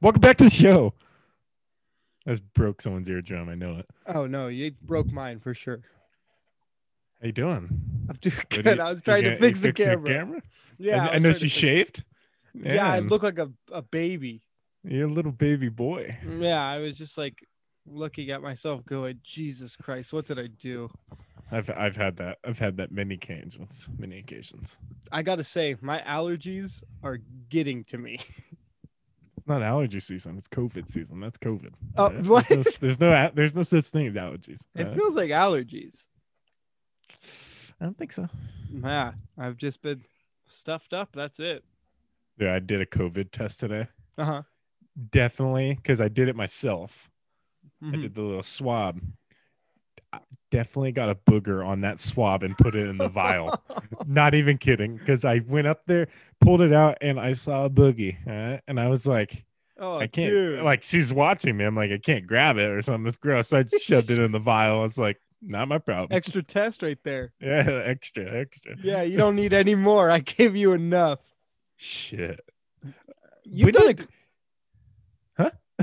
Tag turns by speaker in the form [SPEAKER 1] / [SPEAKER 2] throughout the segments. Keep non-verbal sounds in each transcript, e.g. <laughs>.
[SPEAKER 1] Welcome back to the show. I just broke someone's eardrum. I know it.
[SPEAKER 2] Oh no, you broke mine for sure. <laughs>
[SPEAKER 1] How you doing?
[SPEAKER 2] I'm doing
[SPEAKER 1] What do
[SPEAKER 2] good.
[SPEAKER 1] you-
[SPEAKER 2] I was
[SPEAKER 1] you
[SPEAKER 2] trying to
[SPEAKER 1] got- you
[SPEAKER 2] fix the
[SPEAKER 1] fixing
[SPEAKER 2] camera. Yeah,
[SPEAKER 1] I, I
[SPEAKER 2] was
[SPEAKER 1] know
[SPEAKER 2] trying to
[SPEAKER 1] she
[SPEAKER 2] fix-
[SPEAKER 1] shaved.
[SPEAKER 2] Yeah, I
[SPEAKER 1] Man,
[SPEAKER 2] look like a, a baby.
[SPEAKER 1] You're a little baby boy.
[SPEAKER 2] Yeah, I was just like looking at myself, going, Jesus Christ, what did I do?
[SPEAKER 1] I've I've had that. I've had that many occasions. Many occasions.
[SPEAKER 2] I gotta say, my allergies are getting to me. <laughs>
[SPEAKER 1] It's not allergy season. It's COVID season. That's COVID.
[SPEAKER 2] Oh,
[SPEAKER 1] Alright?
[SPEAKER 2] what?
[SPEAKER 1] There's no, there's no a- there's no such thing as allergies.
[SPEAKER 2] It
[SPEAKER 1] Uh,
[SPEAKER 2] feels like allergies.
[SPEAKER 1] I don't think so.
[SPEAKER 2] Yeah, I've just been stuffed up. That's it.
[SPEAKER 1] Yeah, I did a COVID test today.
[SPEAKER 2] Uh
[SPEAKER 1] Uh-huh.
[SPEAKER 2] huh.
[SPEAKER 1] Definitely, because I did it myself.
[SPEAKER 2] Mm-hmm.
[SPEAKER 1] I did the little swab. I definitely got a booger on that swab and put it in the
[SPEAKER 2] <laughs>
[SPEAKER 1] vial. <laughs> Not even kidding, because I went up there, pulled it out, and I saw a boogie, alright? and I was like,
[SPEAKER 2] oh,
[SPEAKER 1] I can't.
[SPEAKER 2] Dude.
[SPEAKER 1] Like she's watching me. I'm like, I can't grab it or something. It's gross. So I just shoved it in the vial. It's like, not my problem.
[SPEAKER 2] extra test right there.
[SPEAKER 1] <laughs> yeah, extra, extra.
[SPEAKER 2] Yeah, you don't need any more. I gave you enough.
[SPEAKER 1] Shit.
[SPEAKER 2] You
[SPEAKER 1] We
[SPEAKER 2] done a-
[SPEAKER 1] did-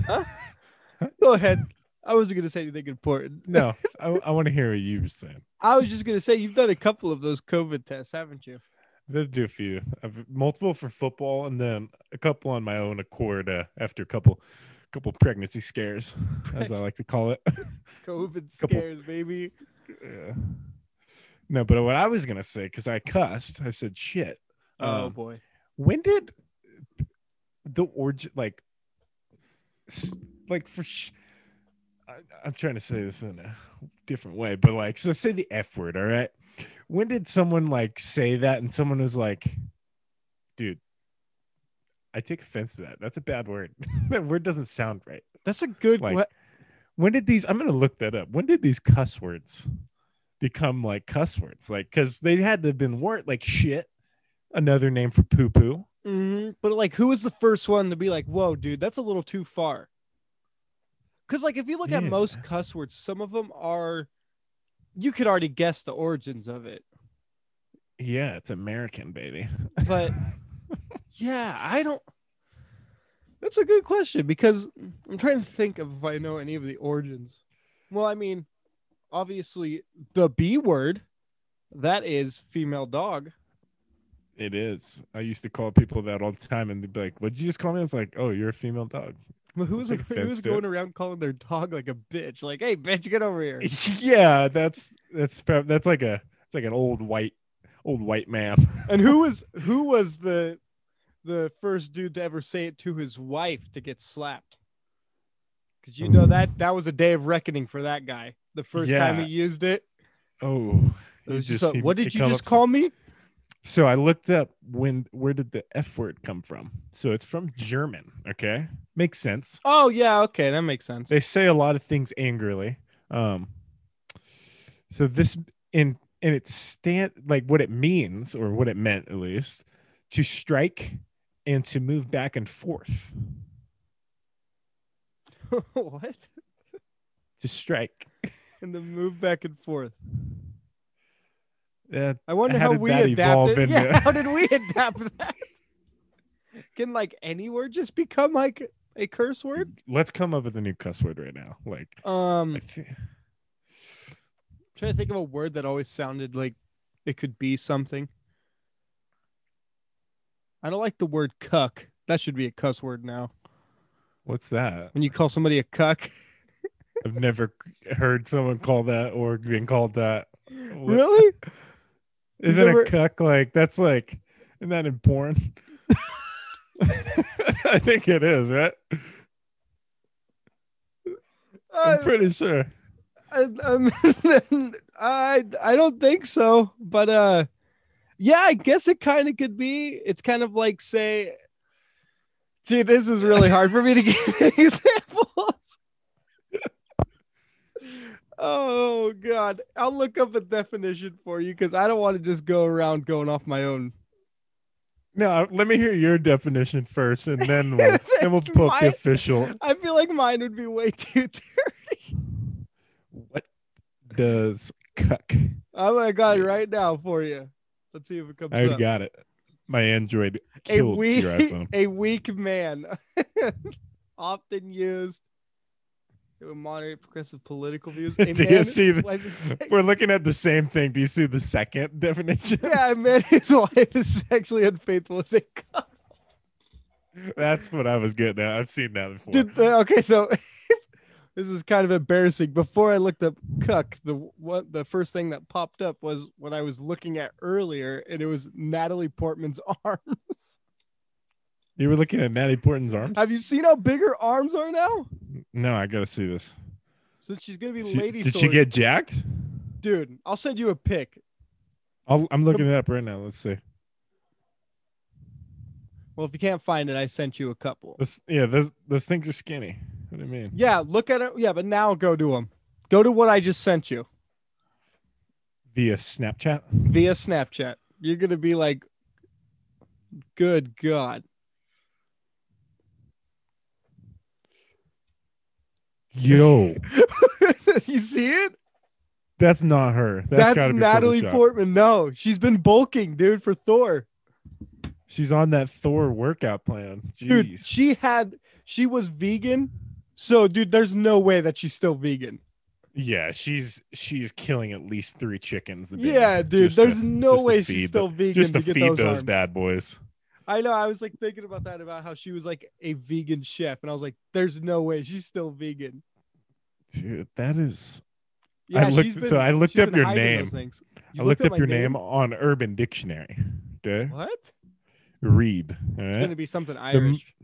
[SPEAKER 1] Huh?
[SPEAKER 2] <laughs> Go ahead. I wasn't gonna say anything important.
[SPEAKER 1] No, I, I want to hear what you were saying.
[SPEAKER 2] I was just gonna say you've done a couple of those COVID tests, haven't you?
[SPEAKER 1] I did do a few, I've, multiple for football, and then a couple on my own accord uh, after a couple, couple pregnancy scares, as I like to call it. <laughs>
[SPEAKER 2] COVID
[SPEAKER 1] Couple.
[SPEAKER 2] scares, baby.
[SPEAKER 1] yeah. No, but what I was gonna say, because I cussed, I said shit.
[SPEAKER 2] oh
[SPEAKER 1] Um,
[SPEAKER 2] boy.
[SPEAKER 1] when did the origin like s- like for sh- I, i'm trying to say this in a different way but like so say the f word all right when did someone like say that and someone was like dude i take offense to that that's a bad word <laughs> that word doesn't sound right
[SPEAKER 2] That's a good
[SPEAKER 1] like
[SPEAKER 2] que-
[SPEAKER 1] when did these i'm gonna look that up when did these cuss words become like cuss words like because they had to have been word like shit another name for poo poo
[SPEAKER 2] Mhm, But like, who was the first one to be like, "Whoa, dude, that's a little too far"? Because like, if you look at
[SPEAKER 1] Yeah.
[SPEAKER 2] most cuss words, some of them are, you could already guess the origins of it.
[SPEAKER 1] Yeah, it's American, baby.
[SPEAKER 2] But yeah, I don't. That's a good question because I'm trying to think of if I know any of the origins. Well, I mean, obviously the B word, that is female dog.
[SPEAKER 1] It is. I used to call people that all the time, and they'd be like, "What did you just call me?" I was like, "Oh, you're a female dog."
[SPEAKER 2] But who was
[SPEAKER 1] Don't take
[SPEAKER 2] <laughs> who was
[SPEAKER 1] offense to it.
[SPEAKER 2] going around calling their dog like a bitch? Like, hey, bitch, get over
[SPEAKER 1] <laughs>
[SPEAKER 2] here.
[SPEAKER 1] yeah, that's that's prob- that's like a it's like an old white old white man. <laughs>
[SPEAKER 2] And who was who was the the first dude to ever say it to his wife to get slapped? Because you know
[SPEAKER 1] Ooh.
[SPEAKER 2] that that was a day of reckoning for that guy. The first time
[SPEAKER 1] Yeah.
[SPEAKER 2] he used it,
[SPEAKER 1] Oh,
[SPEAKER 2] it
[SPEAKER 1] he
[SPEAKER 2] was just,
[SPEAKER 1] just-
[SPEAKER 2] a,
[SPEAKER 1] he-
[SPEAKER 2] what did
[SPEAKER 1] it
[SPEAKER 2] you
[SPEAKER 1] come
[SPEAKER 2] just
[SPEAKER 1] up-
[SPEAKER 2] call me?
[SPEAKER 1] so I looked up when where did the F word come from? So it's from German. Okay, makes sense.
[SPEAKER 2] Oh yeah, okay, that
[SPEAKER 1] <laughs>
[SPEAKER 2] makes sense.
[SPEAKER 1] they say a lot of things angrily um so this in and it's stand like what it means or what it meant at least to strike and to move back and forth
[SPEAKER 2] what?
[SPEAKER 1] to strike
[SPEAKER 2] And the move back and forth.
[SPEAKER 1] uh,
[SPEAKER 2] I wonder
[SPEAKER 1] How
[SPEAKER 2] how,
[SPEAKER 1] did
[SPEAKER 2] we
[SPEAKER 1] that evolve
[SPEAKER 2] adapted.
[SPEAKER 1] into-
[SPEAKER 2] Yeah, how did we
[SPEAKER 1] <laughs>
[SPEAKER 2] adapt that? Can like any word just become like a curse
[SPEAKER 1] <laughs>
[SPEAKER 2] word?
[SPEAKER 1] let's come up with a new cuss word right now like
[SPEAKER 2] Um,
[SPEAKER 1] I thi-
[SPEAKER 2] trying to think of a word that always sounded like it could be something. I don't like the word cuck. That should be a cuss word now.
[SPEAKER 1] what's that
[SPEAKER 2] When you call somebody a cuck.
[SPEAKER 1] i've never heard someone call that or being called that What-
[SPEAKER 2] Really?
[SPEAKER 1] isn't
[SPEAKER 2] never-
[SPEAKER 1] a cuck like that's like isn't that in porn
[SPEAKER 2] <laughs>
[SPEAKER 1] <laughs> i think it is right i'm
[SPEAKER 2] I,
[SPEAKER 1] pretty sure
[SPEAKER 2] I, I'm- <laughs> I, I don't think so. But uh yeah, I guess it kind of could be. It's kind of like say See, this is
[SPEAKER 1] <laughs>
[SPEAKER 2] really hard for me to give <laughs> examples. Oh God! I'll look up a definition for you because I don't want to just go around going off my own.
[SPEAKER 1] No, let me hear your definition first, and <laughs> then
[SPEAKER 2] <laughs>
[SPEAKER 1] we'll, then we'll pull up
[SPEAKER 2] My-
[SPEAKER 1] the official.
[SPEAKER 2] I feel like mine would be way too.
[SPEAKER 1] What does cuck?
[SPEAKER 2] I'm gonna got it right now for you. Let's see if it comes
[SPEAKER 1] I already
[SPEAKER 2] up.
[SPEAKER 1] got it. My Android
[SPEAKER 2] a
[SPEAKER 1] killed <laughs>
[SPEAKER 2] <laughs> weak,
[SPEAKER 1] your iPhone.
[SPEAKER 2] a weak man. <laughs> often used. It would moderate progressive
[SPEAKER 1] <laughs>
[SPEAKER 2] political views.
[SPEAKER 1] Do
[SPEAKER 2] A
[SPEAKER 1] you
[SPEAKER 2] man-
[SPEAKER 1] see the- <laughs>
[SPEAKER 2] wife is sex-
[SPEAKER 1] We're looking at the same thing. Do you see the second <laughs> definition?
[SPEAKER 2] yeah, a man, his wife is sexually unfaithful as a <laughs> couple.
[SPEAKER 1] That's what I was getting at. I've seen that before.
[SPEAKER 2] Dude, uh, okay, so <laughs> this is kind of embarrassing. Before I looked up cuck, the what the first thing that popped up was what I was looking at earlier, and it was Natalie Portman's <laughs> arms.
[SPEAKER 1] you were looking at Natty Portman's arms?
[SPEAKER 2] Have you seen how big her arms are now?
[SPEAKER 1] no, I gotta see this.
[SPEAKER 2] Since she's gonna be
[SPEAKER 1] She-
[SPEAKER 2] lady.
[SPEAKER 1] did she
[SPEAKER 2] soldier.
[SPEAKER 1] get jacked?
[SPEAKER 2] Dude, I'll send you a pic.
[SPEAKER 1] I'll, I'm looking it up right now. Let's see.
[SPEAKER 2] Well, if you can't find it, I sent you a couple.
[SPEAKER 1] This, yeah, those those things are skinny. What do you mean?
[SPEAKER 2] Yeah, look at it. Yeah, but now go to them. Go to what I just sent you
[SPEAKER 1] Via Snapchat?
[SPEAKER 2] via Snapchat. You're gonna be like, "Good God!" <laughs>
[SPEAKER 1] Yo,
[SPEAKER 2] you see it?
[SPEAKER 1] that's not her. That's,
[SPEAKER 2] That's,
[SPEAKER 1] gotta be
[SPEAKER 2] Natalie
[SPEAKER 1] Photoshop.
[SPEAKER 2] Portman. No, she's been bulking, dude, for Thor.
[SPEAKER 1] She's on that Thor workout plan. Jeez.
[SPEAKER 2] Dude, she had she was vegan. So, dude, there's no way that she's still vegan.
[SPEAKER 1] Yeah, she's she's killing at least three chickens. A day
[SPEAKER 2] yeah, dude,
[SPEAKER 1] just to-
[SPEAKER 2] there's no
[SPEAKER 1] just to
[SPEAKER 2] way
[SPEAKER 1] feed the-
[SPEAKER 2] she's still vegan
[SPEAKER 1] just to
[SPEAKER 2] get
[SPEAKER 1] feed
[SPEAKER 2] those,
[SPEAKER 1] those
[SPEAKER 2] arms.
[SPEAKER 1] bad boys.
[SPEAKER 2] I know. I was like thinking about that about how she was like a vegan chef, and I was like, "There's no way she's still vegan."
[SPEAKER 1] Dude, that is.
[SPEAKER 2] Yeah,
[SPEAKER 1] I looked-
[SPEAKER 2] she's been-
[SPEAKER 1] so I looked
[SPEAKER 2] she's
[SPEAKER 1] up
[SPEAKER 2] been
[SPEAKER 1] your
[SPEAKER 2] hiding
[SPEAKER 1] name.
[SPEAKER 2] those things. You
[SPEAKER 1] I looked up
[SPEAKER 2] my
[SPEAKER 1] your name? on Urban Dictionary. Okay,
[SPEAKER 2] What?
[SPEAKER 1] read. All
[SPEAKER 2] It's gonna
[SPEAKER 1] right.
[SPEAKER 2] be something Irish.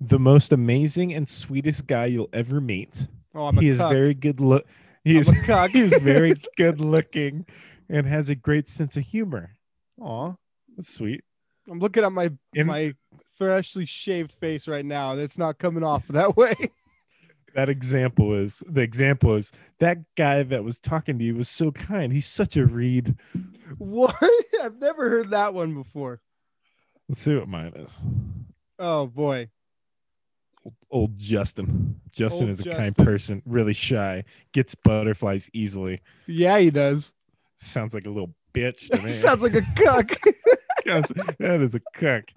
[SPEAKER 1] The most amazing and sweetest guy you'll ever meet.
[SPEAKER 2] oh, I'm a
[SPEAKER 1] he is
[SPEAKER 2] cuck.
[SPEAKER 1] very good look. He
[SPEAKER 2] I'm
[SPEAKER 1] is
[SPEAKER 2] a cuck.
[SPEAKER 1] <laughs> he is very good looking, and has a great sense of humor. Aw, that's sweet.
[SPEAKER 2] <laughs> I'm looking at my
[SPEAKER 1] In-
[SPEAKER 2] my freshly shaved face right now, and it's not coming off that <laughs> way.
[SPEAKER 1] that example is the example is that guy that was talking to you was so kind. He's such a read.
[SPEAKER 2] what? I've never heard that one before.
[SPEAKER 1] Let's see what mine is.
[SPEAKER 2] Oh boy.
[SPEAKER 1] Old Justin. Justin
[SPEAKER 2] Old
[SPEAKER 1] is a kind
[SPEAKER 2] Justin.
[SPEAKER 1] person, really shy, gets butterflies easily.
[SPEAKER 2] Yeah, he does.
[SPEAKER 1] Sounds like a little bitch
[SPEAKER 2] <laughs>
[SPEAKER 1] to me. <laughs>
[SPEAKER 2] Sounds like a cuck. <laughs>
[SPEAKER 1] Sounds- that is a cuck.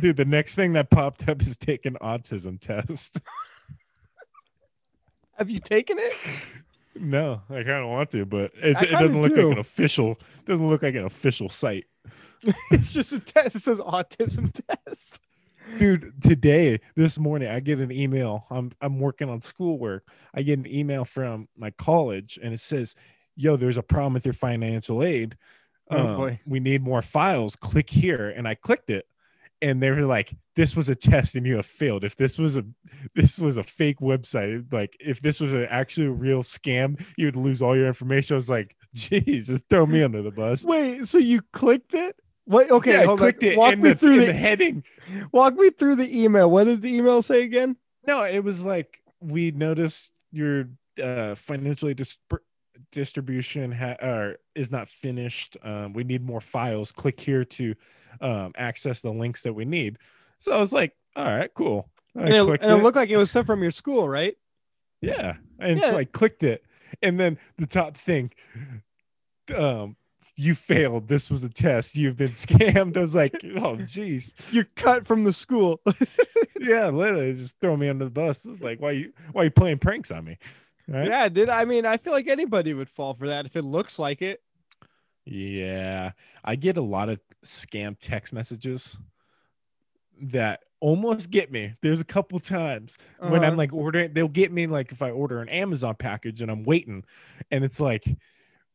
[SPEAKER 1] Dude, the next thing that popped up is take an autism test. <laughs>
[SPEAKER 2] Have you taken it?
[SPEAKER 1] no, I kind of want to, but it,
[SPEAKER 2] I
[SPEAKER 1] it
[SPEAKER 2] kinda
[SPEAKER 1] doesn't look
[SPEAKER 2] do.
[SPEAKER 1] like an official. Doesn't look like an official site.
[SPEAKER 2] It's just a test. It says autism <laughs> test.
[SPEAKER 1] dude today this morning i get an email i'm i'm working on schoolwork i get an email from my college and it says yo there's a problem with your financial aid
[SPEAKER 2] Oh,
[SPEAKER 1] Um,
[SPEAKER 2] boy.
[SPEAKER 1] we need more files click here and i clicked it and they were like this was a test and you have failed if this was a this was a fake website like if this was an actual real scam you would lose all your information i was like geez just throw me under the bus
[SPEAKER 2] Wait, so you clicked it? What? Okay,
[SPEAKER 1] yeah, i
[SPEAKER 2] hold on.
[SPEAKER 1] clicked it
[SPEAKER 2] Walk
[SPEAKER 1] and
[SPEAKER 2] me
[SPEAKER 1] the,
[SPEAKER 2] through
[SPEAKER 1] and
[SPEAKER 2] the,
[SPEAKER 1] the heading
[SPEAKER 2] walk me through the email. What did the email say again?
[SPEAKER 1] No, it was like we noticed your uh, financially dis- distribution ha- or is not finished. Um, we need more files. Click here to um, access the links that we need. So I was like, all right, cool. I
[SPEAKER 2] And it,
[SPEAKER 1] clicked
[SPEAKER 2] and it
[SPEAKER 1] it.
[SPEAKER 2] looked like it was stuff from your school, right?
[SPEAKER 1] yeah, and
[SPEAKER 2] Yeah.
[SPEAKER 1] so I clicked it, and then the top thing, um, you failed. This was a test. You've been <laughs> scammed. I was like, oh, geez.
[SPEAKER 2] <laughs> You're cut from the school.
[SPEAKER 1] Yeah, literally just throw me under the bus. It's like, why you why you playing pranks on me? <laughs> Right?
[SPEAKER 2] yeah, dude. I mean, I feel like anybody would fall for that if it looks like it.
[SPEAKER 1] Yeah, I get a lot of scam text messages that almost get me. There's a couple times when I'm
[SPEAKER 2] Uh-huh.
[SPEAKER 1] like ordering, they'll get me like if I order an Amazon package and I'm waiting, and it's like,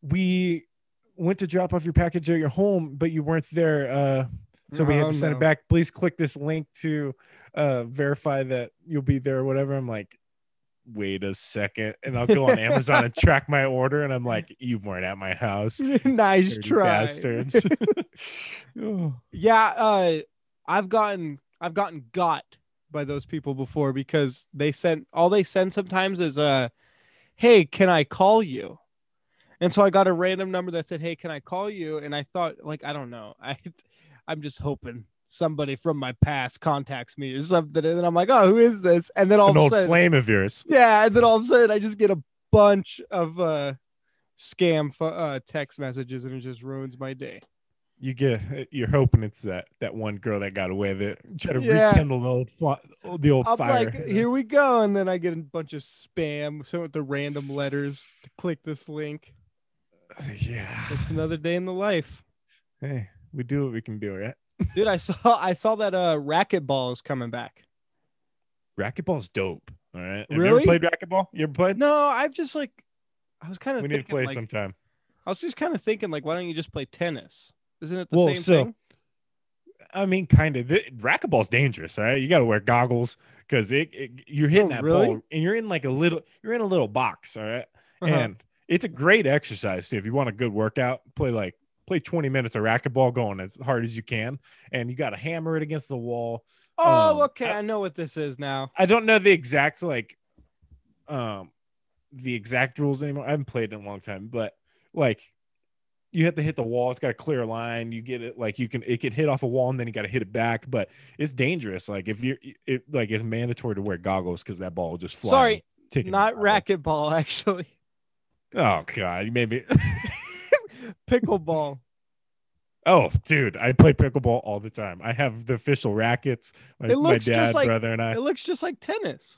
[SPEAKER 1] we went to drop off your package at your home, but you weren't there. Uh, so we had
[SPEAKER 2] Oh,
[SPEAKER 1] to send
[SPEAKER 2] no.
[SPEAKER 1] it back. Please click this link to uh, verify that you'll be there or whatever. I'm like, wait a second. And I'll go on Amazon and track my order. And I'm like, you weren't at my house
[SPEAKER 2] <laughs> nice
[SPEAKER 1] dirty
[SPEAKER 2] try. <laughs>
[SPEAKER 1] bastards. <laughs> Oh.
[SPEAKER 2] Yeah, uh, I've gotten I've gotten got by those people before because they sent all they send sometimes is uh, hey, can I call you? And so I got a random number that said, hey, can I call you? And I thought like I don't know, I <laughs> I'm just hoping somebody from my past contacts me or something, and then I'm like, oh, who is this? And then all
[SPEAKER 1] An
[SPEAKER 2] of a
[SPEAKER 1] old
[SPEAKER 2] sudden,
[SPEAKER 1] flame of yours.
[SPEAKER 2] yeah, and then all of a sudden I just get a bunch of uh scam pho- uh text messages and it just ruins my day.
[SPEAKER 1] you get you're hoping it's that that one girl that got away that try to
[SPEAKER 2] Yeah.
[SPEAKER 1] rekindle the old fi- the old
[SPEAKER 2] I'm
[SPEAKER 1] fire. <laughs>
[SPEAKER 2] like, here we go, and then I get a bunch of spam sent with the random letters to click this link.
[SPEAKER 1] yeah.
[SPEAKER 2] It's another day in the life,
[SPEAKER 1] Hey, we do what we can do, right?
[SPEAKER 2] dude. I <laughs> saw I saw that uh racquetball is coming back.
[SPEAKER 1] Racquetball's dope. All right. Have you
[SPEAKER 2] Really?
[SPEAKER 1] ever played racquetball? You ever played?
[SPEAKER 2] No, I've just like I was kind of
[SPEAKER 1] we
[SPEAKER 2] thinking,
[SPEAKER 1] need to play
[SPEAKER 2] like,
[SPEAKER 1] sometime.
[SPEAKER 2] I was just kind of thinking like why don't you just play tennis? Isn't it the
[SPEAKER 1] Well,
[SPEAKER 2] same
[SPEAKER 1] so-
[SPEAKER 2] thing?
[SPEAKER 1] I mean, kind of. The, racquetball's dangerous, all right? You got to wear goggles because it, it you're hitting
[SPEAKER 2] Oh,
[SPEAKER 1] that
[SPEAKER 2] really?
[SPEAKER 1] ball and you're in like a little you're in a little box, all right?
[SPEAKER 2] Uh-huh.
[SPEAKER 1] And it's a great exercise too. If you want a good workout, play like play 20 minutes of racquetball going as hard as you can, and you got to hammer it against the wall.
[SPEAKER 2] oh,
[SPEAKER 1] um,
[SPEAKER 2] okay,
[SPEAKER 1] I-
[SPEAKER 2] I know what this is now.
[SPEAKER 1] I don't know the exact like um the exact rules anymore. I haven't played in a long time, but like you have to hit the wall, it's got a clear line. You get it like you can it could hit off a wall and then you gotta hit it back, but it's dangerous. Like if you're it like it's mandatory to wear goggles because that ball will just fly.
[SPEAKER 2] Sorry,
[SPEAKER 1] and tick in
[SPEAKER 2] not
[SPEAKER 1] your eye.
[SPEAKER 2] racquetball <laughs> actually.
[SPEAKER 1] Oh god, you made
[SPEAKER 2] <laughs>
[SPEAKER 1] me <laughs>
[SPEAKER 2] Pickleball.
[SPEAKER 1] Oh dude, I play pickleball all the time. I have the official rackets. My, my
[SPEAKER 2] It looks just
[SPEAKER 1] dad,
[SPEAKER 2] like-
[SPEAKER 1] brother, and I
[SPEAKER 2] it looks just like tennis.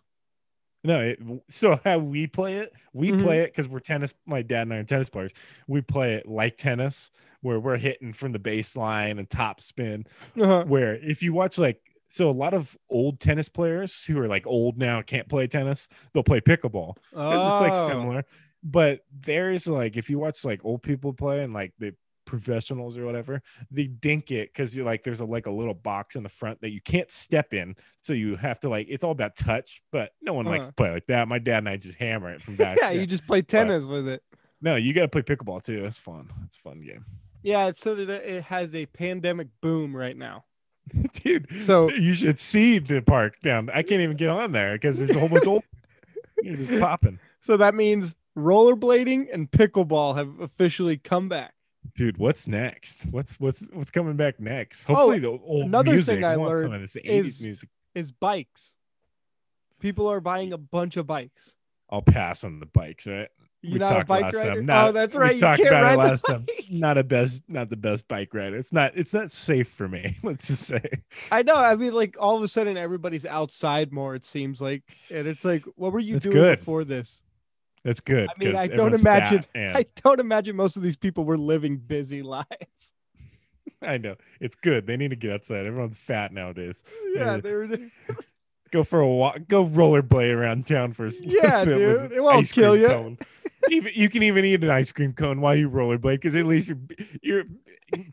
[SPEAKER 1] No, it, so how we play it, we
[SPEAKER 2] Mhm.
[SPEAKER 1] play it because we're tennis. My dad and I are tennis players. We play it like tennis, where we're hitting from the baseline and top spin.
[SPEAKER 2] Uh-huh.
[SPEAKER 1] Where if you watch like, so a lot of old tennis players who are like old now and can't play tennis, they'll play pickleball because it's like
[SPEAKER 2] Oh.
[SPEAKER 1] similar. But there's like if you watch like old people play and like the professionals or whatever, they dink it because you're like there's a like a little box in the front that you can't step in, so you have to like it's all about touch. But no one likes
[SPEAKER 2] Uh-huh.
[SPEAKER 1] to play like that. My dad and I just hammer it
[SPEAKER 2] <laughs>
[SPEAKER 1] from back.
[SPEAKER 2] Yeah, you just play tennis with it.
[SPEAKER 1] no, you got to play pickleball too. That's fun. It's a fun game, <laughs>
[SPEAKER 2] Yeah, it's so that it has a pandemic boom right now.
[SPEAKER 1] dude.
[SPEAKER 2] So
[SPEAKER 1] You should see the park down. I can't even get on there because there's a whole bunch of
[SPEAKER 2] <laughs>
[SPEAKER 1] old. You're just popping,
[SPEAKER 2] so that means rollerblading and pickleball have officially come back.
[SPEAKER 1] dude. What's next? What's what's what's coming back next? Hopefully, the old
[SPEAKER 2] Oh, another thing
[SPEAKER 1] music.
[SPEAKER 2] I
[SPEAKER 1] want some
[SPEAKER 2] learned
[SPEAKER 1] of this 80s
[SPEAKER 2] is-
[SPEAKER 1] music.
[SPEAKER 2] Is bikes. People are buying a bunch of bikes.
[SPEAKER 1] I'll pass on the bikes, all right?
[SPEAKER 2] You're
[SPEAKER 1] we
[SPEAKER 2] not
[SPEAKER 1] talked
[SPEAKER 2] a bike
[SPEAKER 1] last
[SPEAKER 2] rider.
[SPEAKER 1] time.
[SPEAKER 2] oh,
[SPEAKER 1] Not-
[SPEAKER 2] that's
[SPEAKER 1] we
[SPEAKER 2] right. You
[SPEAKER 1] talked
[SPEAKER 2] can't
[SPEAKER 1] about it
[SPEAKER 2] ride the
[SPEAKER 1] last time.
[SPEAKER 2] bike.
[SPEAKER 1] Not a best, not the best bike ride. It's not, it's not safe for me. <laughs> Let's just say.
[SPEAKER 2] I know. I mean, like all of a sudden, everybody's outside more. It seems like, and it's like, what were you
[SPEAKER 1] That's
[SPEAKER 2] doing
[SPEAKER 1] good.
[SPEAKER 2] before this?
[SPEAKER 1] That's good.
[SPEAKER 2] I mean,
[SPEAKER 1] 'cause
[SPEAKER 2] I don't
[SPEAKER 1] everyone's
[SPEAKER 2] imagine-
[SPEAKER 1] fat and-
[SPEAKER 2] <laughs> I don't imagine most of these people were living busy <laughs> lives.
[SPEAKER 1] I know it's good. They need to get outside. Everyone's fat nowadays.
[SPEAKER 2] yeah,
[SPEAKER 1] Uh,
[SPEAKER 2] they were.
[SPEAKER 1] Go for a walk. Go rollerblade around town for a little
[SPEAKER 2] Yeah,
[SPEAKER 1] bit with
[SPEAKER 2] dude.
[SPEAKER 1] an
[SPEAKER 2] It won't
[SPEAKER 1] ice
[SPEAKER 2] kill
[SPEAKER 1] cream
[SPEAKER 2] ya.
[SPEAKER 1] cone. even, you can even eat an ice cream cone while you rollerblade because at least you're, you're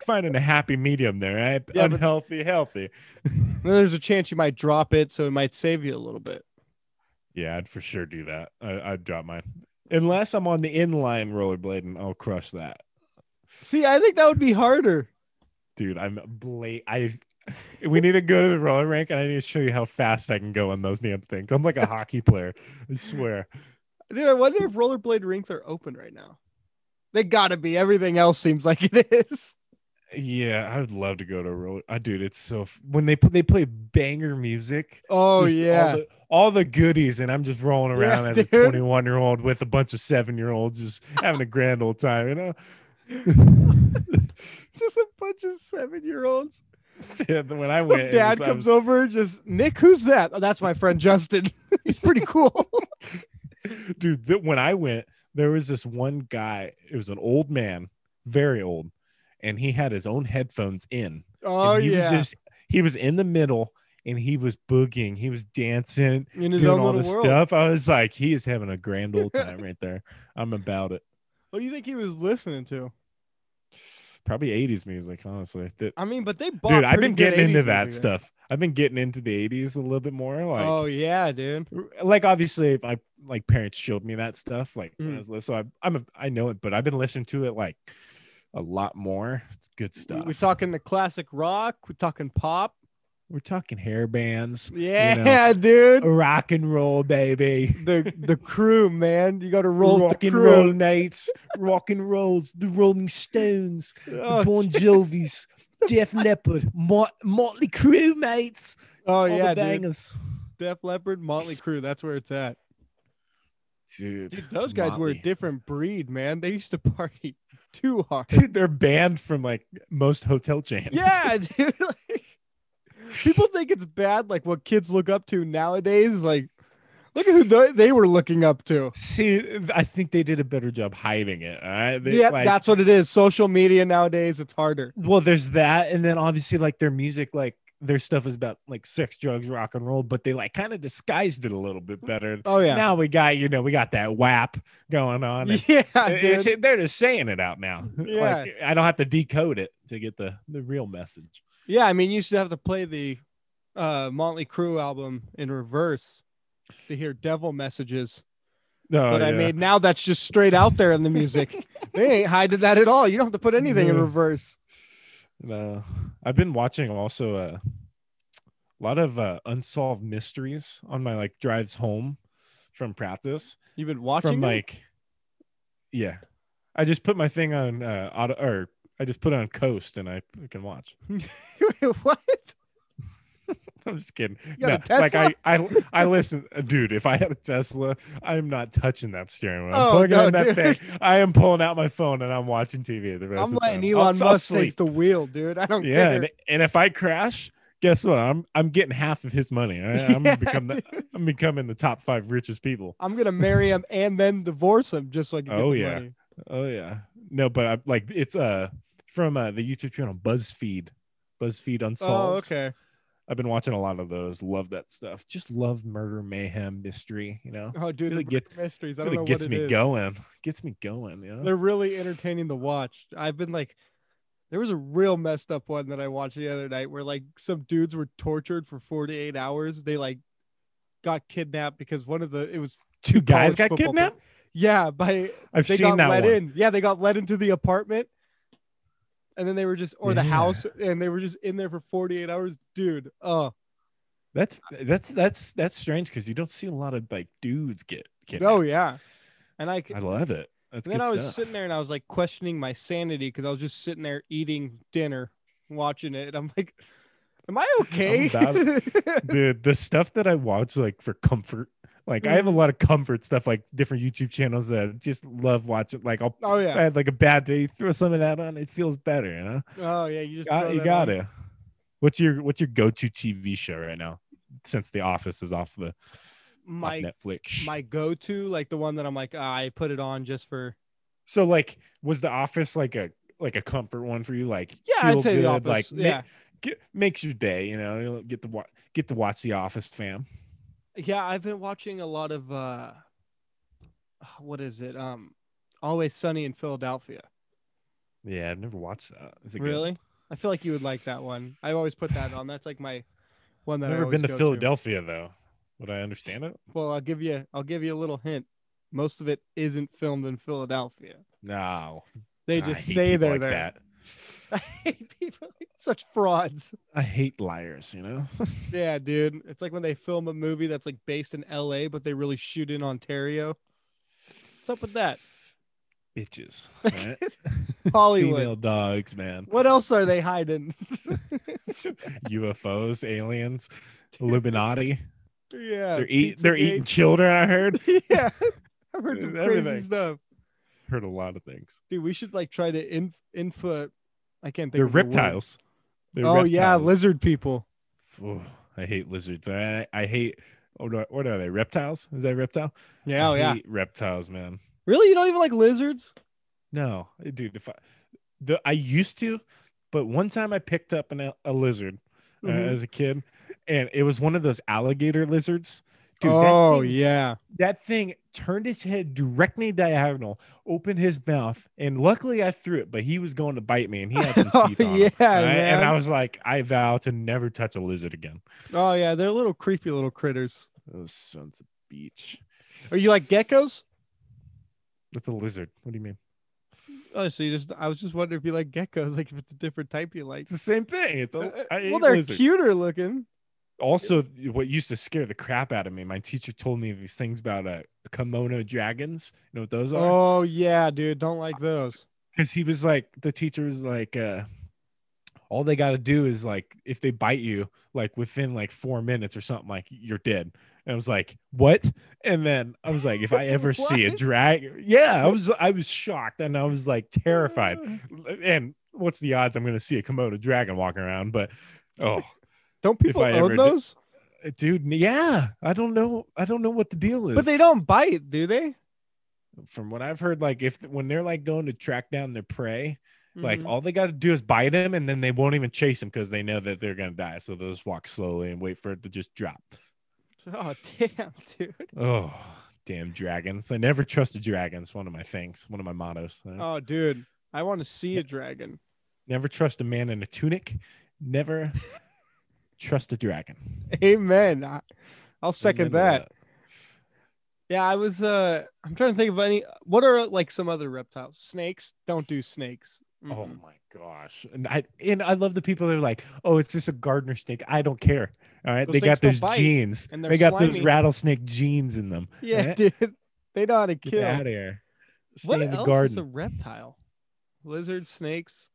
[SPEAKER 1] finding a happy medium there, right?
[SPEAKER 2] Yeah, but-
[SPEAKER 1] Unhealthy, healthy.
[SPEAKER 2] Then there's a chance you might drop it, so it might save you a little bit.
[SPEAKER 1] Yeah, I'd for sure do that. I, I'd drop mine unless I'm on the inline rollerblade and I'll crush that,
[SPEAKER 2] See, I think that would be harder.
[SPEAKER 1] dude. I'm blade. I we need to go to the roller rink and I need to show you how fast I can go on those damn things. I'm like a hockey player. I swear.
[SPEAKER 2] Dude, I wonder if rollerblade rinks are open right now. They gotta be. Everything else seems like it is.
[SPEAKER 1] Yeah, I would love to go to a roller. I dude, it's so f- when they put they play banger music.
[SPEAKER 2] Oh
[SPEAKER 1] just
[SPEAKER 2] yeah.
[SPEAKER 1] all the, all the goodies, and I'm just rolling
[SPEAKER 2] <laughs> Yeah,
[SPEAKER 1] around as
[SPEAKER 2] dude.
[SPEAKER 1] a 21 year old with a bunch of seven year olds,
[SPEAKER 2] <laughs>
[SPEAKER 1] just having a grand old time. You know. <laughs>
[SPEAKER 2] Just a bunch of seven year olds.
[SPEAKER 1] Dude,
[SPEAKER 2] <laughs>
[SPEAKER 1] when I went, it was-
[SPEAKER 2] Dad
[SPEAKER 1] I was-
[SPEAKER 2] comes over and just Nick, who's that? Oh, that's my friend Justin. <laughs> He's pretty cool.
[SPEAKER 1] dude th- when i went there was this one guy it was an old man very old and he had his own headphones in <laughs>
[SPEAKER 2] oh
[SPEAKER 1] and he was
[SPEAKER 2] yeah.
[SPEAKER 1] just he was in the middle and he was boogieing he was dancing
[SPEAKER 2] In his
[SPEAKER 1] doing
[SPEAKER 2] own
[SPEAKER 1] all
[SPEAKER 2] little
[SPEAKER 1] this
[SPEAKER 2] world.
[SPEAKER 1] stuff i was like he is having a grand old
[SPEAKER 2] <laughs>
[SPEAKER 1] time right there i'm about it
[SPEAKER 2] What do you think he was listening to?
[SPEAKER 1] probably 80s music honestly Th-
[SPEAKER 2] I mean, but they bought.
[SPEAKER 1] dude i've
[SPEAKER 2] pretty
[SPEAKER 1] been
[SPEAKER 2] good
[SPEAKER 1] getting into
[SPEAKER 2] 80s
[SPEAKER 1] that
[SPEAKER 2] music.
[SPEAKER 1] stuff i've been getting into the 80s a little bit more like
[SPEAKER 2] oh yeah, dude.
[SPEAKER 1] like obviously if I like parents showed me that stuff like when I
[SPEAKER 2] Mm.
[SPEAKER 1] was little, so I, I'm a, I know it but I've been listening to it like a lot more it's good
[SPEAKER 2] We-
[SPEAKER 1] stuff
[SPEAKER 2] We're talking the classic rock. We're talking pop.
[SPEAKER 1] we're talking hair bands
[SPEAKER 2] Yeah, <laughs> dude.
[SPEAKER 1] rock and roll baby
[SPEAKER 2] the the crew, man. You got to roll with
[SPEAKER 1] rock
[SPEAKER 2] the
[SPEAKER 1] and
[SPEAKER 2] crew.
[SPEAKER 1] roll nights rock and rolls the Rolling Stones
[SPEAKER 2] Oh,
[SPEAKER 1] the Bon Jovi's Def Leppard Mot- Motley Crue mates
[SPEAKER 2] oh
[SPEAKER 1] all
[SPEAKER 2] yeah,
[SPEAKER 1] the
[SPEAKER 2] dude.
[SPEAKER 1] bangers
[SPEAKER 2] Def Leppard, Motley Crue. That's where it's at.
[SPEAKER 1] dude.
[SPEAKER 2] Dude, those guys were a
[SPEAKER 1] Motley.
[SPEAKER 2] different breed, man. They used to party <laughs> too
[SPEAKER 1] <laughs>
[SPEAKER 2] hard. <laughs>
[SPEAKER 1] Dude, they're banned from like most hotel chains.
[SPEAKER 2] yeah, dude. <laughs> like, people think it's bad, like what kids look up to nowadays. Like, look at who they, they were looking up to.
[SPEAKER 1] See, I think they did a better job hiding it. All right. They,
[SPEAKER 2] yeah,
[SPEAKER 1] like-
[SPEAKER 2] that's what it is. Social media nowadays, it's harder.
[SPEAKER 1] well, there's that. And then obviously, like their music, like their stuff is about like sex, drugs, rock and roll, but they like kind of disguised it a little bit better.
[SPEAKER 2] Oh yeah,
[SPEAKER 1] Now we got, you know, we got that WAP going on. and
[SPEAKER 2] <laughs> yeah,
[SPEAKER 1] it-
[SPEAKER 2] dude.
[SPEAKER 1] it's- they're just saying it out
[SPEAKER 2] <laughs>
[SPEAKER 1] now.
[SPEAKER 2] Yeah.
[SPEAKER 1] Like I don't have to decode it to get the, the real message.
[SPEAKER 2] yeah. I mean, you used to have to play the uh, Motley Crue album in reverse to hear devil messages.
[SPEAKER 1] No,
[SPEAKER 2] but I mean, now that's just straight out there in the <laughs> music. they ain't hiding that at all. You don't have to put anything in
[SPEAKER 1] Yeah.
[SPEAKER 2] reverse.
[SPEAKER 1] No, uh, I've been watching also uh, a lot of uh, unsolved mysteries on my like drives home from practice.
[SPEAKER 2] You've been watching
[SPEAKER 1] from
[SPEAKER 2] it?
[SPEAKER 1] like, yeah, I just put my thing on uh, auto or I just put it on coast and I can watch.
[SPEAKER 2] <laughs> Wait, what?
[SPEAKER 1] <laughs> I'm just kidding.
[SPEAKER 2] You got
[SPEAKER 1] No,
[SPEAKER 2] a
[SPEAKER 1] like I, I, I listen, <laughs> dude. If I had a Tesla, I'm not touching that steering wheel. I'm
[SPEAKER 2] Oh,
[SPEAKER 1] plugging
[SPEAKER 2] no,
[SPEAKER 1] in that
[SPEAKER 2] dude.
[SPEAKER 1] thing. I am pulling out my phone and I'm watching TV the rest
[SPEAKER 2] I'm
[SPEAKER 1] of the time.
[SPEAKER 2] letting Elon
[SPEAKER 1] I'll- I'll
[SPEAKER 2] Musk
[SPEAKER 1] sleep.
[SPEAKER 2] take the wheel, dude. I don't
[SPEAKER 1] yeah
[SPEAKER 2] care.
[SPEAKER 1] and, and if i crash guess what i'm i'm getting half of his money all
[SPEAKER 2] <laughs>
[SPEAKER 1] right? i'm gonna
[SPEAKER 2] Yeah,
[SPEAKER 1] become the,
[SPEAKER 2] dude.
[SPEAKER 1] i'm becoming the top five richest people
[SPEAKER 2] I'm gonna marry him and then divorce him just so I can get
[SPEAKER 1] Oh,
[SPEAKER 2] the
[SPEAKER 1] yeah.
[SPEAKER 2] money.
[SPEAKER 1] oh yeah no but i like it's uh from uh the youtube channel buzzfeed buzzfeed unsolved
[SPEAKER 2] Oh, okay.
[SPEAKER 1] i've been watching a lot of those love that stuff just love murder mayhem mystery you know
[SPEAKER 2] Oh, dude,
[SPEAKER 1] Really
[SPEAKER 2] the
[SPEAKER 1] gets-
[SPEAKER 2] mysteries. I don't
[SPEAKER 1] really
[SPEAKER 2] know
[SPEAKER 1] gets
[SPEAKER 2] what it
[SPEAKER 1] me
[SPEAKER 2] is.
[SPEAKER 1] going gets me going you know?
[SPEAKER 2] They're really entertaining to watch. I've been like, there was a real messed up one that I watched the other night where like some dudes were tortured for 48 hours. They like got kidnapped because one of the it was
[SPEAKER 1] two guys
[SPEAKER 2] college
[SPEAKER 1] got
[SPEAKER 2] football players.
[SPEAKER 1] kidnapped
[SPEAKER 2] yeah by
[SPEAKER 1] i've
[SPEAKER 2] they
[SPEAKER 1] seen
[SPEAKER 2] got
[SPEAKER 1] that
[SPEAKER 2] let
[SPEAKER 1] one
[SPEAKER 2] in. Yeah, they got let into the apartment, and then they were just or the
[SPEAKER 1] Yeah.
[SPEAKER 2] house, and they were just in there for forty eight hours, dude. Oh
[SPEAKER 1] that's that's that's that's strange because you don't see a lot of like dudes get kidnapped
[SPEAKER 2] oh yeah, and I c-
[SPEAKER 1] i love it that's
[SPEAKER 2] and then
[SPEAKER 1] good
[SPEAKER 2] I was
[SPEAKER 1] stuff.
[SPEAKER 2] sitting there <laughs> and I was like questioning my sanity because I was just sitting there eating dinner, watching it. And I'm like,
[SPEAKER 1] <laughs>
[SPEAKER 2] am I okay?
[SPEAKER 1] about dude the stuff that i watch like for comfort like i have a
[SPEAKER 2] Mhm.
[SPEAKER 1] lot of comfort stuff like different youtube channels that I just love watching like i'll
[SPEAKER 2] <laughs> oh
[SPEAKER 1] i <laughs>
[SPEAKER 2] yeah,
[SPEAKER 1] had like a bad day throw some of that on it feels better you know
[SPEAKER 2] oh yeah, you just
[SPEAKER 1] Got-
[SPEAKER 2] throw
[SPEAKER 1] you
[SPEAKER 2] that
[SPEAKER 1] got
[SPEAKER 2] on.
[SPEAKER 1] it what's your what's your go-to tv show right now since the office is off the off
[SPEAKER 2] My
[SPEAKER 1] netflix
[SPEAKER 2] my go to like the one that I'm like ah, I put it on just for
[SPEAKER 1] so like was the office like a like a comfort one for you like
[SPEAKER 2] yeah I'd
[SPEAKER 1] feel
[SPEAKER 2] say
[SPEAKER 1] good,
[SPEAKER 2] the office
[SPEAKER 1] like ma-
[SPEAKER 2] yeah
[SPEAKER 1] get- makes your day you know You'll get to watch get to watch the office fam
[SPEAKER 2] Yeah, I've been watching a lot of uh <sighs> what is it? Um Always Sunny in Philadelphia.
[SPEAKER 1] yeah i've never watched that is it good?
[SPEAKER 2] Really? I feel like you would like that one. I always put that on. That's like my one that
[SPEAKER 1] I've
[SPEAKER 2] I
[SPEAKER 1] never
[SPEAKER 2] always
[SPEAKER 1] been to
[SPEAKER 2] go
[SPEAKER 1] Philadelphia though. Would I understand it?
[SPEAKER 2] Well, I'll give you I'll give you a little hint. Most of it isn't filmed in Philadelphia.
[SPEAKER 1] No.
[SPEAKER 2] They
[SPEAKER 1] Ah, I
[SPEAKER 2] just
[SPEAKER 1] hate
[SPEAKER 2] say
[SPEAKER 1] people
[SPEAKER 2] they're
[SPEAKER 1] like
[SPEAKER 2] there.
[SPEAKER 1] That.
[SPEAKER 2] <laughs> I hate people <laughs> such frauds.
[SPEAKER 1] I hate liars, you know?
[SPEAKER 2] Yeah, dude. It's like when they film a movie that's like based in LA, but they really shoot in Ontario. What's up with that?
[SPEAKER 1] Bitches.
[SPEAKER 2] <laughs>
[SPEAKER 1] right?
[SPEAKER 2] Hollywood.
[SPEAKER 1] Female dogs,
[SPEAKER 2] <laughs>
[SPEAKER 1] man.
[SPEAKER 2] What else are they hiding?
[SPEAKER 1] UFOs,
[SPEAKER 2] <laughs>
[SPEAKER 1] aliens, Illuminati.
[SPEAKER 2] yeah.
[SPEAKER 1] They're eat they're eating
[SPEAKER 2] Pizzagate.
[SPEAKER 1] children, I heard. <laughs>
[SPEAKER 2] <laughs> yeah. I've heard some
[SPEAKER 1] Everything.
[SPEAKER 2] crazy stuff.
[SPEAKER 1] Heard a lot of things.
[SPEAKER 2] Dude, we should like try to inf- info. I can't think.
[SPEAKER 1] They're
[SPEAKER 2] of the word.
[SPEAKER 1] reptiles. They're
[SPEAKER 2] oh yeah,
[SPEAKER 1] reptiles.
[SPEAKER 2] lizard people.
[SPEAKER 1] Ooh, I hate lizards. I, I hate what are, what are they? Reptiles? Is that reptile?
[SPEAKER 2] Yeah, oh,
[SPEAKER 1] I
[SPEAKER 2] yeah.
[SPEAKER 1] hate reptiles, man.
[SPEAKER 2] Really, you don't even like lizards?
[SPEAKER 1] No, eh, dude. If I, the, I used to, but one time I picked up an, a lizard uh,
[SPEAKER 2] Mhm.
[SPEAKER 1] as a kid, and it was one of those alligator lizards. Dude, that,
[SPEAKER 2] oh
[SPEAKER 1] thing, <laughs>
[SPEAKER 2] yeah.
[SPEAKER 1] that thing turned his head directly diagonal, opened his mouth, and luckily I threw it, but he was going to bite me, and he had some
[SPEAKER 2] <laughs> Oh,
[SPEAKER 1] teeth on
[SPEAKER 2] yeah,
[SPEAKER 1] him. right? And I
[SPEAKER 2] man.
[SPEAKER 1] was like, I vow to never touch a lizard again.
[SPEAKER 2] Oh yeah, they're little creepy little critters.
[SPEAKER 1] Those Oh, sons of beach.
[SPEAKER 2] Are you like geckos?
[SPEAKER 1] That's a lizard. What do you mean?
[SPEAKER 2] Oh, so you just I was just wondering if you like geckos, <laughs> like if it's a different type you like.
[SPEAKER 1] It's the same thing. It's a,
[SPEAKER 2] Uh,
[SPEAKER 1] I
[SPEAKER 2] well,
[SPEAKER 1] hate
[SPEAKER 2] they're
[SPEAKER 1] lizards.
[SPEAKER 2] cuter looking.
[SPEAKER 1] also what used to scare the crap out of me my teacher told me these things about uh, kimono dragons you know what those are
[SPEAKER 2] Oh yeah, dude, don't like those.
[SPEAKER 1] because he was like the teacher was like uh all they got to do is like if they bite you like within like four minutes or something like you're dead and i was like what and then i was like if i
[SPEAKER 2] <laughs>
[SPEAKER 1] ever see a
[SPEAKER 2] What?
[SPEAKER 1] dragon yeah i was i was shocked and i was like terrified
[SPEAKER 2] <laughs>
[SPEAKER 1] and what's the odds i'm gonna see a komodo dragon walking around but
[SPEAKER 2] <laughs>
[SPEAKER 1] oh
[SPEAKER 2] Don't people
[SPEAKER 1] I ever
[SPEAKER 2] own
[SPEAKER 1] did-
[SPEAKER 2] those?
[SPEAKER 1] dude yeah i don't know i don't know what the deal is
[SPEAKER 2] But they don't bite, do they?
[SPEAKER 1] from what i've heard like if when they're like going to track down their prey Like
[SPEAKER 2] Mhm.
[SPEAKER 1] all they got to do is bite him, and then they won't even chase him because they know that they're gonna die. So they'll just walk slowly and wait for it to just drop. Mm-hmm.
[SPEAKER 2] oh <laughs> damn, dude.
[SPEAKER 1] Oh, damn dragons! I never trusted dragons. One of my things. One of my mottos. I
[SPEAKER 2] Oh dude, I want to see a dragon.
[SPEAKER 1] Never trust a man in a tunic. Never trust a dragon.
[SPEAKER 2] <laughs> Amen. I, I'll second
[SPEAKER 1] Remember
[SPEAKER 2] that. Yeah, I was. uh I'm trying to think of any. What are like some other reptiles? Snakes? Don't do snakes. Mm-hmm.
[SPEAKER 1] that. Oh
[SPEAKER 2] Mm-mm.
[SPEAKER 1] my gosh! And I and I love the people that are like, "Oh, it's just a gardener snake." I don't care. All right,
[SPEAKER 2] Those
[SPEAKER 1] they got
[SPEAKER 2] things don't
[SPEAKER 1] those
[SPEAKER 2] bite,
[SPEAKER 1] genes.
[SPEAKER 2] and they're
[SPEAKER 1] They got those
[SPEAKER 2] slimy.
[SPEAKER 1] rattlesnake genes in them.
[SPEAKER 2] yeah, <laughs>
[SPEAKER 1] eh?
[SPEAKER 2] dude. They know how to
[SPEAKER 1] Get
[SPEAKER 2] kill.
[SPEAKER 1] out of here. Stay
[SPEAKER 2] what
[SPEAKER 1] in the
[SPEAKER 2] else
[SPEAKER 1] garden.
[SPEAKER 2] is a reptile? Lizards, snakes.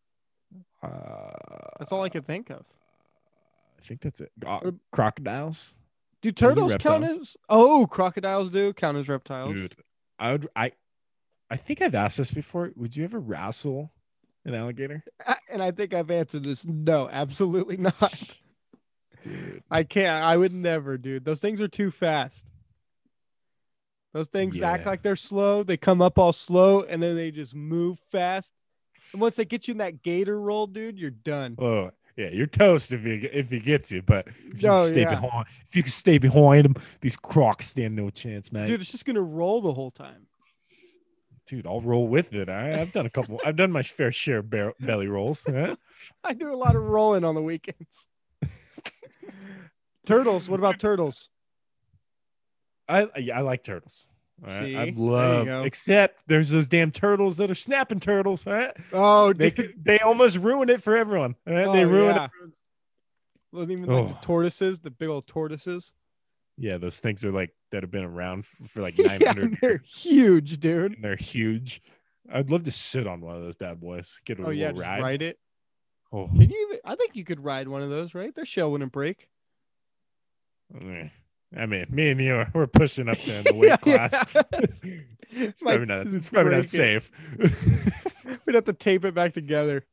[SPEAKER 1] That's
[SPEAKER 2] That's all I could think of.
[SPEAKER 1] Uh, I think that's it. Uh,
[SPEAKER 2] Or-
[SPEAKER 1] crocodiles,
[SPEAKER 2] Do
[SPEAKER 1] those are
[SPEAKER 2] turtles count
[SPEAKER 1] reptiles.
[SPEAKER 2] as? Oh, crocodiles do count as reptiles.
[SPEAKER 1] dude. I would. I. I think I've asked this before. Would you ever wrestle an
[SPEAKER 2] <laughs>
[SPEAKER 1] alligator,
[SPEAKER 2] I- <laughs> and I think I've answered this. No, absolutely <laughs> not.
[SPEAKER 1] dude?
[SPEAKER 2] I can't. I would never, dude. Those things are too fast. Those things act
[SPEAKER 1] Yeah.
[SPEAKER 2] like they're slow. They come up all slow and then they just move fast. And once they get you in that gator roll, dude, you're done.
[SPEAKER 1] Oh yeah, you're toast if he if he gets you. But if you
[SPEAKER 2] Oh,
[SPEAKER 1] can stay
[SPEAKER 2] yeah.
[SPEAKER 1] behind, if you can stay behind him, these crocs stand no chance, man.
[SPEAKER 2] Dude,
[SPEAKER 1] Dude,
[SPEAKER 2] it's just going to roll the whole time. <laughs>
[SPEAKER 1] I'll roll with it. All right, I've done a couple. I've done my fair share of bar- belly rolls. huh?
[SPEAKER 2] I do a lot of rolling on the
[SPEAKER 1] <laughs>
[SPEAKER 2] weekends. turtles. What about turtles?
[SPEAKER 1] I yeah, I like turtles. All right?
[SPEAKER 2] See? There
[SPEAKER 1] I
[SPEAKER 2] you go.
[SPEAKER 1] love except there's those damn turtles that are snapping turtles. all right?
[SPEAKER 2] Oh,
[SPEAKER 1] They
[SPEAKER 2] dude.
[SPEAKER 1] could- <laughs> they almost ruin it for everyone. all right? they
[SPEAKER 2] Oh,
[SPEAKER 1] ruin
[SPEAKER 2] yeah.
[SPEAKER 1] everyone's-
[SPEAKER 2] Well, even like
[SPEAKER 1] Oh.
[SPEAKER 2] the tortoises, the big old tortoises. <laughs>
[SPEAKER 1] Yeah, those things are like that have been around f- for like
[SPEAKER 2] <laughs> Yeah,
[SPEAKER 1] 900
[SPEAKER 2] they're huge, dude.
[SPEAKER 1] and they're huge. I'd love to sit on one of those bad boys, get a
[SPEAKER 2] Oh
[SPEAKER 1] little
[SPEAKER 2] yeah, just
[SPEAKER 1] ride.
[SPEAKER 2] ride it.
[SPEAKER 1] Oh,
[SPEAKER 2] Can you? Even, I think you could ride one of those, right? Their shell wouldn't break.
[SPEAKER 1] eh. I mean, me and you are we're pushing up there in the
[SPEAKER 2] <laughs>
[SPEAKER 1] weight
[SPEAKER 2] Yeah, yeah.
[SPEAKER 1] class. <laughs> it's
[SPEAKER 2] Might
[SPEAKER 1] probably not.
[SPEAKER 2] just
[SPEAKER 1] It's probably not
[SPEAKER 2] break it.
[SPEAKER 1] safe.
[SPEAKER 2] We'd have to tape it back together.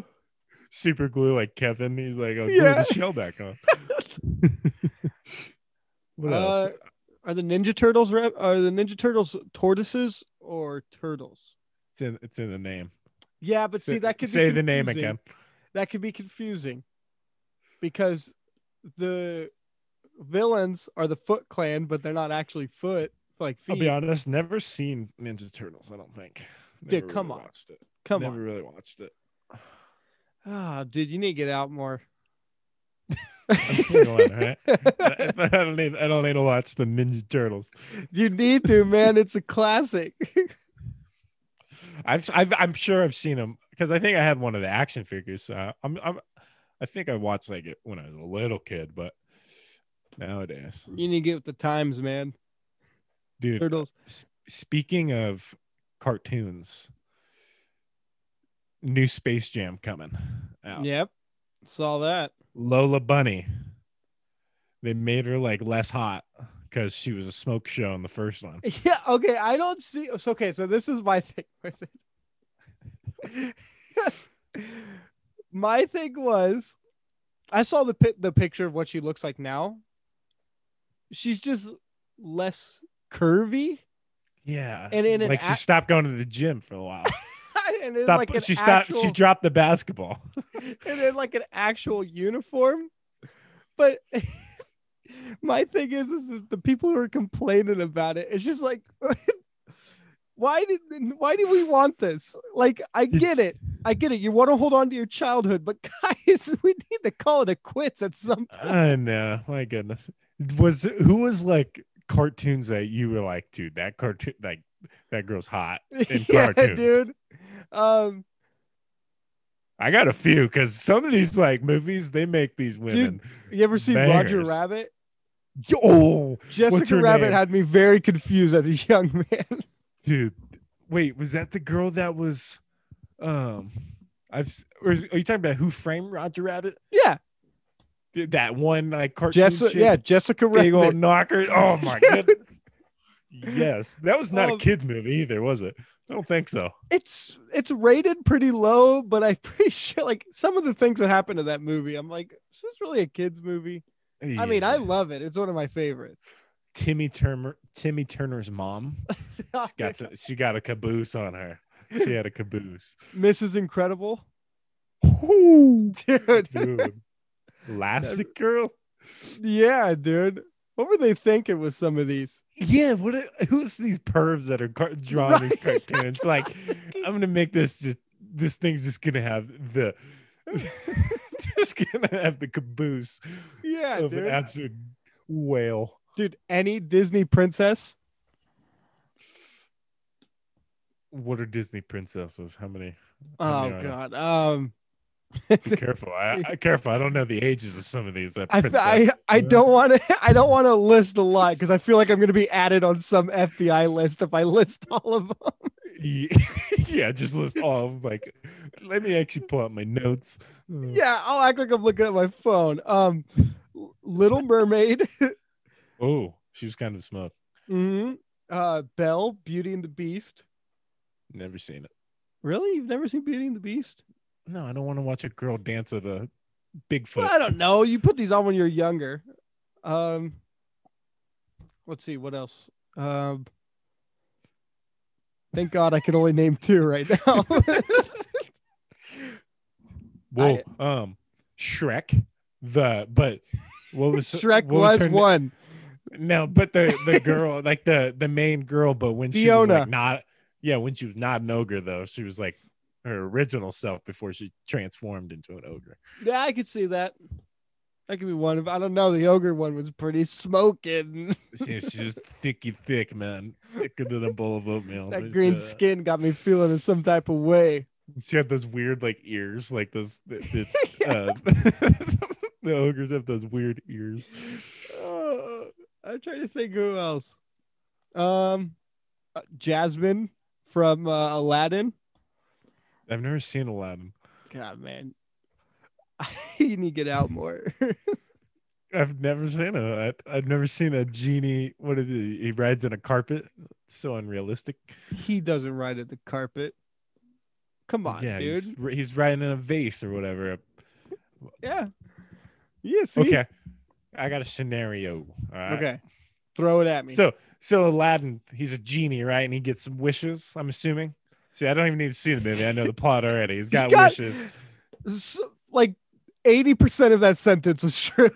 [SPEAKER 1] <laughs> Super glue like Kevin. He's like, oh,
[SPEAKER 2] Yeah.
[SPEAKER 1] glue the shell back
[SPEAKER 2] <laughs>
[SPEAKER 1] on. <laughs> what else?
[SPEAKER 2] Uh, are the Ninja Turtles rep? Are the Ninja Turtles tortoises or turtles?
[SPEAKER 1] It's in, it's in the name.
[SPEAKER 2] Yeah, but
[SPEAKER 1] Say-
[SPEAKER 2] see that could
[SPEAKER 1] say
[SPEAKER 2] be
[SPEAKER 1] the name
[SPEAKER 2] confusing.
[SPEAKER 1] again.
[SPEAKER 2] That could be confusing because the villains are the Foot Clan, but they're not actually foot like
[SPEAKER 1] I'll be
[SPEAKER 2] feet.
[SPEAKER 1] honest, never seen Ninja Turtles. I don't think.
[SPEAKER 2] Dude,
[SPEAKER 1] Never
[SPEAKER 2] come
[SPEAKER 1] really
[SPEAKER 2] on.
[SPEAKER 1] watched it.
[SPEAKER 2] Come
[SPEAKER 1] never
[SPEAKER 2] on,
[SPEAKER 1] really watched
[SPEAKER 2] <laughs>
[SPEAKER 1] it.
[SPEAKER 2] ah, dude, you need to get out more.
[SPEAKER 1] I'm 21, all right? I, I don't need. I don't need to watch the Ninja Turtles.
[SPEAKER 2] <laughs> You need to, man. It's a classic. <laughs>
[SPEAKER 1] I've, I've I'm sure I've seen them because I think I had one of the action figures. Uh, I'm, I'm, I think I watched like it when I was a little kid, but nowadays,
[SPEAKER 2] you need to get with the times, man.
[SPEAKER 1] dude.
[SPEAKER 2] Turtles.
[SPEAKER 1] s- Speaking of cartoons, new Space Jam coming out.
[SPEAKER 2] Yep. Saw that.
[SPEAKER 1] Lola Bunny. They made her like less hot because she was a smoke show in the first one.
[SPEAKER 2] <laughs> Yeah. Okay. I don't see. so, Okay. So this is my <laughs> thing with it. <laughs> my thing was, I saw the pi- the picture of what she looks like now. She's just less curvy, <laughs>
[SPEAKER 1] Yeah,
[SPEAKER 2] And in an
[SPEAKER 1] like she
[SPEAKER 2] ac-
[SPEAKER 1] stopped going to the gym for a
[SPEAKER 2] <laughs>
[SPEAKER 1] while.
[SPEAKER 2] and in
[SPEAKER 1] Stop.
[SPEAKER 2] like an
[SPEAKER 1] she stopped.
[SPEAKER 2] actual,
[SPEAKER 1] She dropped the basketball. <laughs>
[SPEAKER 2] <laughs> and in like an actual uniform. But <laughs> my thing is, is that the people who are complaining about it, it's just like, <laughs> why did why do we want this? Like, I get
[SPEAKER 1] It's-
[SPEAKER 2] it, I get it. You want to hold on to your childhood, but <laughs> guys, we need to call it a quits at some.
[SPEAKER 1] I know. My goodness. Was who was like cartoons that you were like, dude, that cartoon, like that girl's hot. In
[SPEAKER 2] <laughs> yeah,
[SPEAKER 1] cartoons.
[SPEAKER 2] dude. Um,
[SPEAKER 1] I got a few because some of these like movies they make these women.
[SPEAKER 2] you ever seen Roger
[SPEAKER 1] Bangers.
[SPEAKER 2] Rabbit?
[SPEAKER 1] Yo,
[SPEAKER 2] Jessica
[SPEAKER 1] her
[SPEAKER 2] Rabbit
[SPEAKER 1] name?
[SPEAKER 2] had me very confused as a young <laughs> man.
[SPEAKER 1] dude. Wait, was that the girl that was? Um, I've. s- Or is, are you talking about Who Framed Roger Rabbit?
[SPEAKER 2] Yeah,
[SPEAKER 1] Th- That one like cartoon.
[SPEAKER 2] Jessica.
[SPEAKER 1] chick,
[SPEAKER 2] Yeah, Jessica
[SPEAKER 1] Big old
[SPEAKER 2] Rabbit.
[SPEAKER 1] knocker. Oh
[SPEAKER 2] <laughs>
[SPEAKER 1] my
[SPEAKER 2] Dude,
[SPEAKER 1] goodness. Yes, that was not a
[SPEAKER 2] Um,
[SPEAKER 1] kid's movie either, was it? I don't think so.
[SPEAKER 2] It's it's rated pretty low, but I'm <laughs> pretty sure like some of the things that happen to that movie, I'm like, is this really a kids movie? I mean, I
[SPEAKER 1] Yeah.
[SPEAKER 2] love it. It's one of my favorites. <laughs>
[SPEAKER 1] Timmy Turner. Timmy Turner's mom. She
[SPEAKER 2] <laughs>
[SPEAKER 1] got some, she got a caboose on her. She had a caboose.
[SPEAKER 2] Mrs.
[SPEAKER 1] <laughs>
[SPEAKER 2] Incredible,
[SPEAKER 1] Ooh,
[SPEAKER 2] dude.
[SPEAKER 1] dude. Elastic Girl.
[SPEAKER 2] yeah, dude. What were they thinking with some of these?
[SPEAKER 1] Yeah, what? Are, who's these pervs that are car- drawing these
[SPEAKER 2] Right.
[SPEAKER 1] cartoons? Like, I'm gonna make this just. This thing's just gonna have the. <laughs> just gonna have the caboose
[SPEAKER 2] Yeah,
[SPEAKER 1] of an
[SPEAKER 2] dude.
[SPEAKER 1] absolute whale.
[SPEAKER 2] dude, any Disney princess?
[SPEAKER 1] What are Disney princesses? How many? How
[SPEAKER 2] Oh
[SPEAKER 1] many are
[SPEAKER 2] god. Um <laughs>
[SPEAKER 1] Be careful. I, I careful. I don't know the ages of some of these. That
[SPEAKER 2] I, f- I,
[SPEAKER 1] princesses,
[SPEAKER 2] I
[SPEAKER 1] you know?
[SPEAKER 2] don't want to <laughs> I don't want to list a lot because I feel like I'm going to be added on some FBI list if I list all of them.
[SPEAKER 1] Ye- <laughs> yeah, just list all of like. Let me actually pull out my notes. Uh,
[SPEAKER 2] Yeah, I'll act like I'm looking at my phone. Um, L- Little Mermaid, <laughs>
[SPEAKER 1] Oh, she was kind of smoked.
[SPEAKER 2] mhm, uh, Belle, Beauty and the Beast.
[SPEAKER 1] Never seen it.
[SPEAKER 2] Really, you've never seen Beauty and the Beast?
[SPEAKER 1] No, I don't want to watch a girl dance with a Bigfoot.
[SPEAKER 2] Well, I don't know. You put these on when you're younger. Um, let's see what else. Um, thank God I can only name two right now.
[SPEAKER 1] Whoa. um, Shrek. The but what
[SPEAKER 2] <laughs>
[SPEAKER 1] was
[SPEAKER 2] <laughs> Shrek
[SPEAKER 1] what
[SPEAKER 2] was,
[SPEAKER 1] her na-
[SPEAKER 2] one.
[SPEAKER 1] No, but the the girl
[SPEAKER 2] <laughs>
[SPEAKER 1] like the the main girl, but when she was
[SPEAKER 2] Fiona.
[SPEAKER 1] like not yeah, when she was not an ogre though, she was like her original self before she transformed into an ogre.
[SPEAKER 2] Yeah, I could see that. That could be one of. I don't know. The ogre one was pretty smoking. <laughs>
[SPEAKER 1] See, she's just thicky thick, man, thicker than a bowl of oatmeal.
[SPEAKER 2] That
[SPEAKER 1] It's,
[SPEAKER 2] green
[SPEAKER 1] uh,
[SPEAKER 2] skin got me feeling in some type of way.
[SPEAKER 1] She had those weird like ears, like those.
[SPEAKER 2] <laughs>
[SPEAKER 1] The, the, uh, <laughs> the ogres have those weird ears.
[SPEAKER 2] Oh, I'm trying to think who else. Um, uh, Jasmine from uh, Aladdin.
[SPEAKER 1] I've never seen Aladdin.
[SPEAKER 2] God, man, <laughs> you need to get out more. <laughs>
[SPEAKER 1] I've never seen a. I, I've never seen a genie. What is he? He rides in a carpet. It's so unrealistic.
[SPEAKER 2] he doesn't ride at the carpet. Come on,
[SPEAKER 1] yeah,
[SPEAKER 2] dude.
[SPEAKER 1] He's, ri- he's riding in a vase or whatever.
[SPEAKER 2] Yeah. Yeah. See?
[SPEAKER 1] Okay, I got a scenario. All right.
[SPEAKER 2] Okay. Throw it at me.
[SPEAKER 1] So so Aladdin, he's a genie, right? And he gets some wishes. I'm assuming. See, I don't even need to see the movie. I know the plot already.
[SPEAKER 2] <laughs>
[SPEAKER 1] He's got,
[SPEAKER 2] got-
[SPEAKER 1] wishes.
[SPEAKER 2] S- like 80% of that sentence was <laughs> true.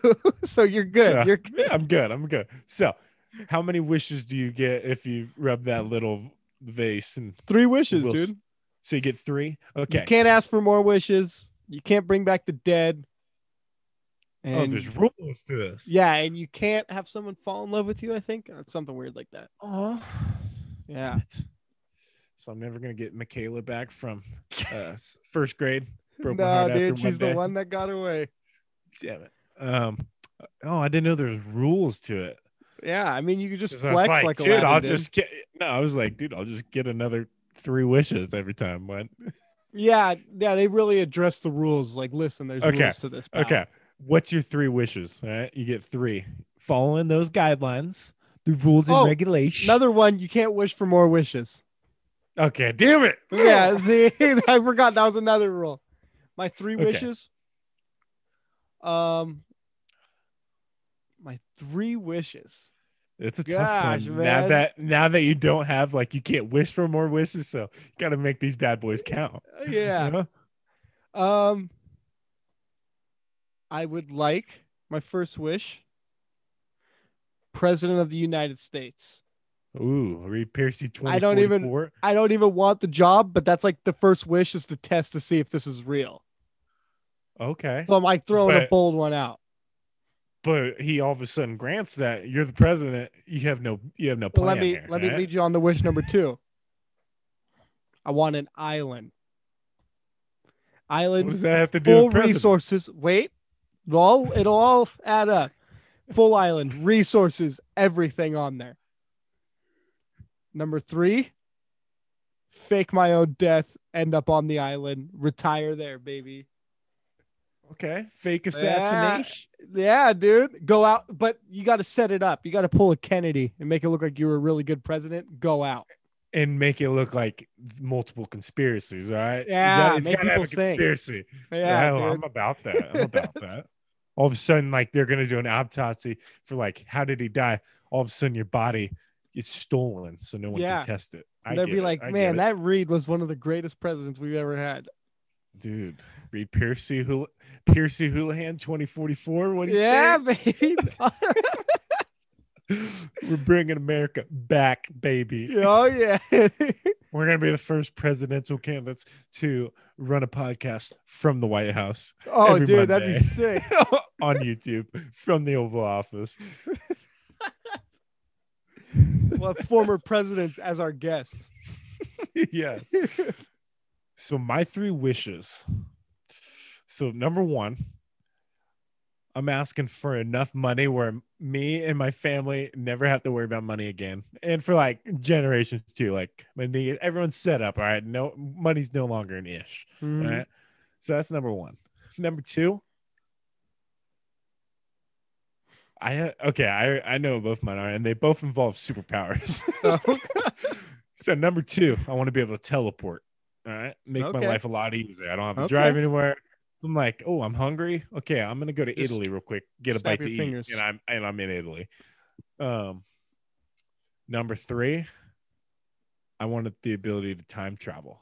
[SPEAKER 2] so you're good.
[SPEAKER 1] So,
[SPEAKER 2] You're good.
[SPEAKER 1] yeah, I'm good. I'm good. So, how many wishes do you get if you rub that little vase? And
[SPEAKER 2] Three wishes,
[SPEAKER 1] We'll s-
[SPEAKER 2] dude.
[SPEAKER 1] so you get three. Okay.
[SPEAKER 2] You can't ask for more wishes. You can't bring back the dead. And
[SPEAKER 1] oh, there's rules to this.
[SPEAKER 2] yeah, and you can't have someone fall in love with you, I think. Or something weird like that.
[SPEAKER 1] Oh.
[SPEAKER 2] Yeah.
[SPEAKER 1] So I'm never gonna get Michaela back from uh, s- first grade. <laughs> Broke my
[SPEAKER 2] No,
[SPEAKER 1] heart after
[SPEAKER 2] dude,
[SPEAKER 1] one
[SPEAKER 2] she's
[SPEAKER 1] day.
[SPEAKER 2] the one that got away.
[SPEAKER 1] Damn it. Um. Oh, I didn't know there's rules to it.
[SPEAKER 2] Yeah, I mean you could just
[SPEAKER 1] 'Cause I was
[SPEAKER 2] flex like,
[SPEAKER 1] dude,
[SPEAKER 2] Aladdin
[SPEAKER 1] I'll
[SPEAKER 2] did.
[SPEAKER 1] just get. No, I was like, dude, I'll just get another three wishes every time. What?
[SPEAKER 2] Yeah, yeah, they really address the rules. Like, listen, there's
[SPEAKER 1] Okay,
[SPEAKER 2] rules to this. pal.
[SPEAKER 1] Okay. What's your three wishes? All right. You get three. Following those guidelines, the rules and
[SPEAKER 2] Oh,
[SPEAKER 1] regulations.
[SPEAKER 2] Another one, you can't wish for more wishes.
[SPEAKER 1] okay. Damn it. <laughs>
[SPEAKER 2] Yeah, see, <laughs> I forgot that was another rule. My three
[SPEAKER 1] Okay.
[SPEAKER 2] wishes. Um, my three wishes.
[SPEAKER 1] It's a
[SPEAKER 2] Gosh,
[SPEAKER 1] tough one. Now
[SPEAKER 2] man.
[SPEAKER 1] that now that you don't have like you can't wish for more wishes, so you gotta make these bad boys count.
[SPEAKER 2] Uh,
[SPEAKER 1] you
[SPEAKER 2] Yeah.
[SPEAKER 1] know?
[SPEAKER 2] Um, I would like my first wish. President of the United States.
[SPEAKER 1] Ooh, Reed Piercy twenty.
[SPEAKER 2] I don't even- I don't even want the job, but that's like the first wish is to test to see if this is real.
[SPEAKER 1] Okay.
[SPEAKER 2] So I'm like throwing a
[SPEAKER 1] But-
[SPEAKER 2] bold one out.
[SPEAKER 1] But he all of a sudden grants that you're the president. You have no you have no
[SPEAKER 2] But
[SPEAKER 1] plan.
[SPEAKER 2] let me
[SPEAKER 1] here, eh?
[SPEAKER 2] let me
[SPEAKER 1] right?
[SPEAKER 2] lead you on the wish number two. I want an island.
[SPEAKER 1] What does
[SPEAKER 2] Island
[SPEAKER 1] that have to do
[SPEAKER 2] full
[SPEAKER 1] with president?
[SPEAKER 2] resources. Wait, it'll all it'll all add up. Full island resources, everything on there. Number three, fake my own death, end up on the island, retire there, baby.
[SPEAKER 1] Okay. Fake assassination.
[SPEAKER 2] Yeah, dude. Go out, but you got to set it up. You got to pull a Kennedy and make it look like you were a really good president. Go out.
[SPEAKER 1] And make it look like multiple conspiracies, all right?
[SPEAKER 2] Yeah,
[SPEAKER 1] it's
[SPEAKER 2] make
[SPEAKER 1] gotta have a
[SPEAKER 2] people think.
[SPEAKER 1] conspiracy.
[SPEAKER 2] Yeah,
[SPEAKER 1] Oh,
[SPEAKER 2] dude.
[SPEAKER 1] I'm about that. I'm
[SPEAKER 2] <laughs>
[SPEAKER 1] about that. All of a sudden, like they're gonna do an autopsy for like how did he die? All of a sudden, your body is stolen, so no one
[SPEAKER 2] Yeah.
[SPEAKER 1] can test it. I
[SPEAKER 2] And they'd
[SPEAKER 1] get
[SPEAKER 2] be
[SPEAKER 1] it.
[SPEAKER 2] like,
[SPEAKER 1] I get
[SPEAKER 2] man,
[SPEAKER 1] it."
[SPEAKER 2] that Reed was one of the greatest presidents we've ever had.
[SPEAKER 1] dude, read Piercy Hula Piercy Houlihan 2044. What do you
[SPEAKER 2] Yeah,
[SPEAKER 1] think?
[SPEAKER 2] <laughs> baby.
[SPEAKER 1] <laughs> We're bringing America back, baby.
[SPEAKER 2] oh yeah. <laughs>
[SPEAKER 1] We're gonna be the first presidential candidates to run a podcast from the White House
[SPEAKER 2] Oh,
[SPEAKER 1] Every
[SPEAKER 2] dude, that'd
[SPEAKER 1] Monday.
[SPEAKER 2] be
[SPEAKER 1] <laughs>
[SPEAKER 2] sick.
[SPEAKER 1] on YouTube from the Oval Office. <laughs>
[SPEAKER 2] We'll have former presidents as
[SPEAKER 1] <laughs>
[SPEAKER 2] our guests. Mm-hmm.
[SPEAKER 1] yes. So my three wishes. So number one, I'm asking for enough money where me and my family never have to worry about money again, and for like generations too. Like my nigga- everyone's set up. All right, no money's no longer an ish.
[SPEAKER 2] Mm-hmm.
[SPEAKER 1] All right, so that's number one. Number two. I okay, I I know both mine are, and they both involve superpowers. <laughs>
[SPEAKER 2] So- <laughs>
[SPEAKER 1] So number two, I want to be able to teleport. All right, make
[SPEAKER 2] Okay.
[SPEAKER 1] my life a lot easier. I don't have to
[SPEAKER 2] Okay.
[SPEAKER 1] drive anywhere. I'm like, oh, I'm hungry. Okay, I'm gonna go to
[SPEAKER 2] Just
[SPEAKER 1] Italy real quick, get a
[SPEAKER 2] snap
[SPEAKER 1] bite to
[SPEAKER 2] your fingers.
[SPEAKER 1] eat, and I'm and I'm in Italy. Um, number three, I wanted the ability to time travel.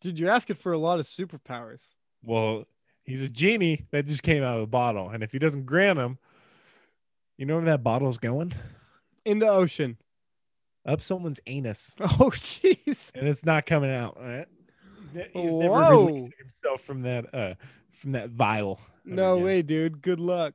[SPEAKER 2] Dude, you're asking for a lot of superpowers.
[SPEAKER 1] Well, he's a genie that just came out of the bottle, and if he doesn't grant him, you know where that bottle's going?
[SPEAKER 2] In the ocean. <laughs>
[SPEAKER 1] Up someone's anus.
[SPEAKER 2] Oh, jeez.
[SPEAKER 1] and it's not coming out. All right? He's, ne- he's never
[SPEAKER 2] Whoa.
[SPEAKER 1] releasing himself from that uh from that vial. ever
[SPEAKER 2] No
[SPEAKER 1] again.
[SPEAKER 2] way, dude.
[SPEAKER 1] <laughs>
[SPEAKER 2] Good luck.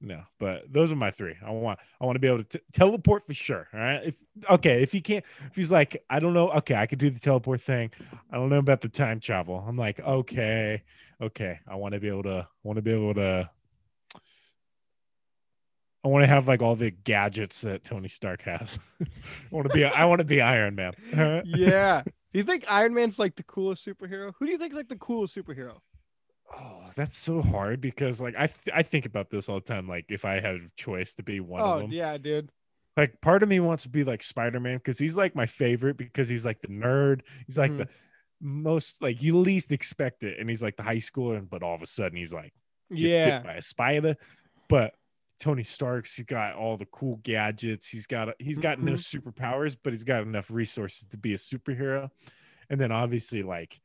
[SPEAKER 1] No, but those are my three. I want I want to be able to t- teleport for sure. All right. If okay, if he can't, if he's like, I don't know. Okay, I could do the teleport thing. I don't know about the time travel. I'm like, okay, okay. I want to be able to. I want to be able to. I want to have like all the gadgets that Tony Stark has. <laughs> I want to be. I want to be Iron Man. all right?
[SPEAKER 2] Yeah. Do you think Iron Man's like the coolest superhero? Who do you think's like the coolest superhero?
[SPEAKER 1] Oh, that's so hard because like I th- I think about this all the time. Like if I had a choice to be one of
[SPEAKER 2] Oh,
[SPEAKER 1] them,
[SPEAKER 2] yeah, dude.
[SPEAKER 1] like part of me wants to be like Spider Man because he's like my favorite because he's like the nerd. He's like
[SPEAKER 2] Mm-hmm.
[SPEAKER 1] the most like you least expect it, and he's like the high schooler, and but all of a sudden he's like gets
[SPEAKER 2] Yeah.
[SPEAKER 1] bit by a spider. But Tony Stark's he's got all the cool gadgets. He's got he's got no
[SPEAKER 2] Mm-hmm.
[SPEAKER 1] superpowers, but he's got enough resources to be a superhero. And then obviously like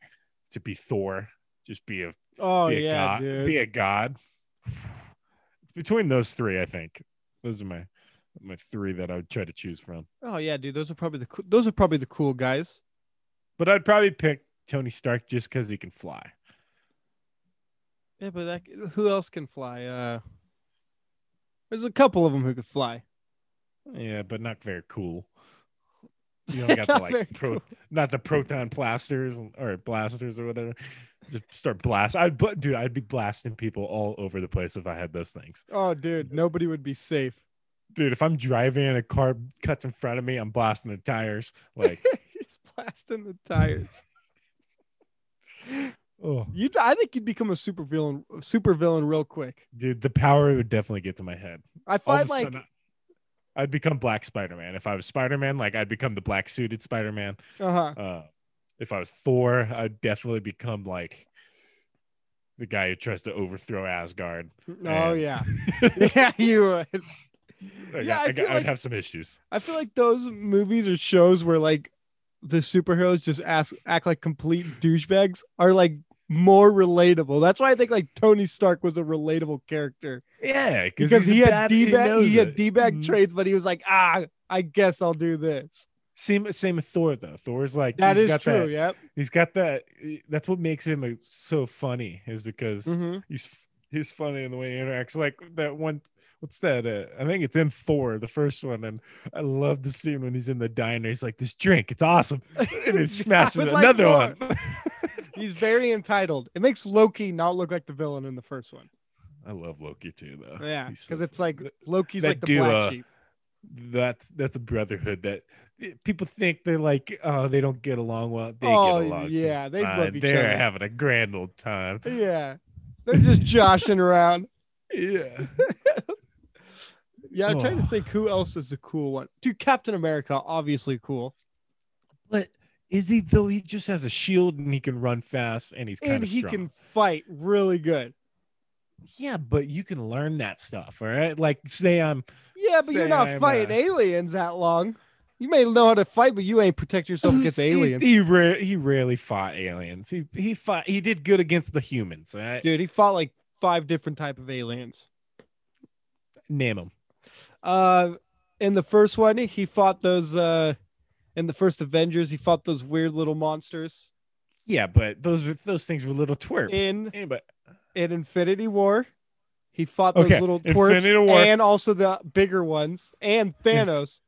[SPEAKER 1] to be Thor, just be a
[SPEAKER 2] Oh,
[SPEAKER 1] be a
[SPEAKER 2] yeah,
[SPEAKER 1] god.
[SPEAKER 2] dude.
[SPEAKER 1] Be a god. <sighs> It's between those three, I think. Those are my my three that I would try to choose from.
[SPEAKER 2] Oh, yeah, dude. Those are probably the coo- those are probably the cool guys.
[SPEAKER 1] But I'd probably pick Tony Stark just because he can fly.
[SPEAKER 2] Yeah, but that, who else can fly? Uh, there's a couple of them who could fly.
[SPEAKER 1] Yeah, but not very cool. You don't got the
[SPEAKER 2] <laughs> Not very
[SPEAKER 1] like pro,
[SPEAKER 2] cool.
[SPEAKER 1] not the proton blasters or blasters or whatever. Just start blast. I'd but dude, I'd be blasting people all over the place if I had those things.
[SPEAKER 2] Oh, dude, nobody would be safe. <laughs>
[SPEAKER 1] Dude, if I'm driving and a car cuts in front of me, I'm blasting the tires. Like,
[SPEAKER 2] <laughs> He's blasting the tires.
[SPEAKER 1] oh,
[SPEAKER 2] You, I think you'd become a super villain, super villain, real quick.
[SPEAKER 1] dude, the power would definitely get to my head.
[SPEAKER 2] I
[SPEAKER 1] all of a
[SPEAKER 2] find like,
[SPEAKER 1] sudden, I'd become Black Spider Man. If I was Spider Man, like I'd become the black suited Spider Man.
[SPEAKER 2] uh huh.
[SPEAKER 1] Uh, if I was Thor, I'd definitely become like the guy who tries to overthrow Asgard.
[SPEAKER 2] Oh
[SPEAKER 1] and-
[SPEAKER 2] yeah,
[SPEAKER 1] <laughs>
[SPEAKER 2] yeah, <laughs> you would.
[SPEAKER 1] I
[SPEAKER 2] Yeah,
[SPEAKER 1] got-
[SPEAKER 2] I
[SPEAKER 1] I got-
[SPEAKER 2] feel
[SPEAKER 1] I'd
[SPEAKER 2] like-
[SPEAKER 1] have some issues.
[SPEAKER 2] I feel like those movies or shows where like the superheroes just ask, act like complete douchebags are like more relatable. That's why I think like Tony Stark was a relatable character
[SPEAKER 1] Yeah,
[SPEAKER 2] because
[SPEAKER 1] he's
[SPEAKER 2] he
[SPEAKER 1] a
[SPEAKER 2] had
[SPEAKER 1] bad- he
[SPEAKER 2] d bag,
[SPEAKER 1] knows
[SPEAKER 2] he, had
[SPEAKER 1] it.
[SPEAKER 2] d bag
[SPEAKER 1] Mhm.
[SPEAKER 2] traits, but he was like, ah, I guess I'll do this.
[SPEAKER 1] Same, same with Thor though. Thor's like
[SPEAKER 2] That
[SPEAKER 1] he's
[SPEAKER 2] is
[SPEAKER 1] got
[SPEAKER 2] true.
[SPEAKER 1] that-
[SPEAKER 2] <laughs> Yep.
[SPEAKER 1] he's got that. That's what makes him uh, so funny is because
[SPEAKER 2] Mhm.
[SPEAKER 1] he's he's funny in the way he interacts. Like that one, what's that? Uh, I think it's in Thor, the first one, and I love the scene when he's in the diner. He's like, "This drink, it's awesome,"
[SPEAKER 2] <laughs>
[SPEAKER 1] and
[SPEAKER 2] I
[SPEAKER 1] it smashes
[SPEAKER 2] would like
[SPEAKER 1] another
[SPEAKER 2] more.
[SPEAKER 1] one.
[SPEAKER 2] <laughs> He's very entitled. It makes Loki not look like the villain in the first one.
[SPEAKER 1] I love Loki too, though.
[SPEAKER 2] Yeah,
[SPEAKER 1] He's so
[SPEAKER 2] because it's
[SPEAKER 1] funny.
[SPEAKER 2] like Loki's
[SPEAKER 1] that
[SPEAKER 2] like the
[SPEAKER 1] duo.
[SPEAKER 2] black sheep.
[SPEAKER 1] that's that's a brotherhood that eh, people think they're like oh they don't get along well they
[SPEAKER 2] oh
[SPEAKER 1] get along
[SPEAKER 2] yeah, they
[SPEAKER 1] Uh,
[SPEAKER 2] love each
[SPEAKER 1] they're
[SPEAKER 2] other.
[SPEAKER 1] having a grand old time
[SPEAKER 2] yeah, they're just joshing around.
[SPEAKER 1] yeah
[SPEAKER 2] Yeah, I'm trying to
[SPEAKER 1] Oh.
[SPEAKER 2] think who else is the cool one. Dude, Captain America, obviously cool,
[SPEAKER 1] <laughs> but is he though he just has a shield and he can run fast and he's kind
[SPEAKER 2] and
[SPEAKER 1] of
[SPEAKER 2] he
[SPEAKER 1] strong
[SPEAKER 2] can fight really good.
[SPEAKER 1] yeah but you can learn that stuff all right like say i'm
[SPEAKER 2] Yeah, but you're
[SPEAKER 1] Say
[SPEAKER 2] not
[SPEAKER 1] I'm,
[SPEAKER 2] fighting
[SPEAKER 1] uh,
[SPEAKER 2] aliens that long. You may know how to fight, but you ain't protect yourself against
[SPEAKER 1] He-
[SPEAKER 2] aliens.
[SPEAKER 1] he, ra- he rarely fought aliens he he fought he did good against the humans all right
[SPEAKER 2] Dude, he fought like five different type of aliens.
[SPEAKER 1] name him
[SPEAKER 2] Uh, in the first one, he fought those. Uh, in the first Avengers, he fought those weird little monsters.
[SPEAKER 1] yeah but those were- those things were little twerps
[SPEAKER 2] In-
[SPEAKER 1] anybody
[SPEAKER 2] in Infinity War. He fought those
[SPEAKER 1] Okay,
[SPEAKER 2] little twerps
[SPEAKER 1] Infinity War.
[SPEAKER 2] and also the bigger ones and Thanos.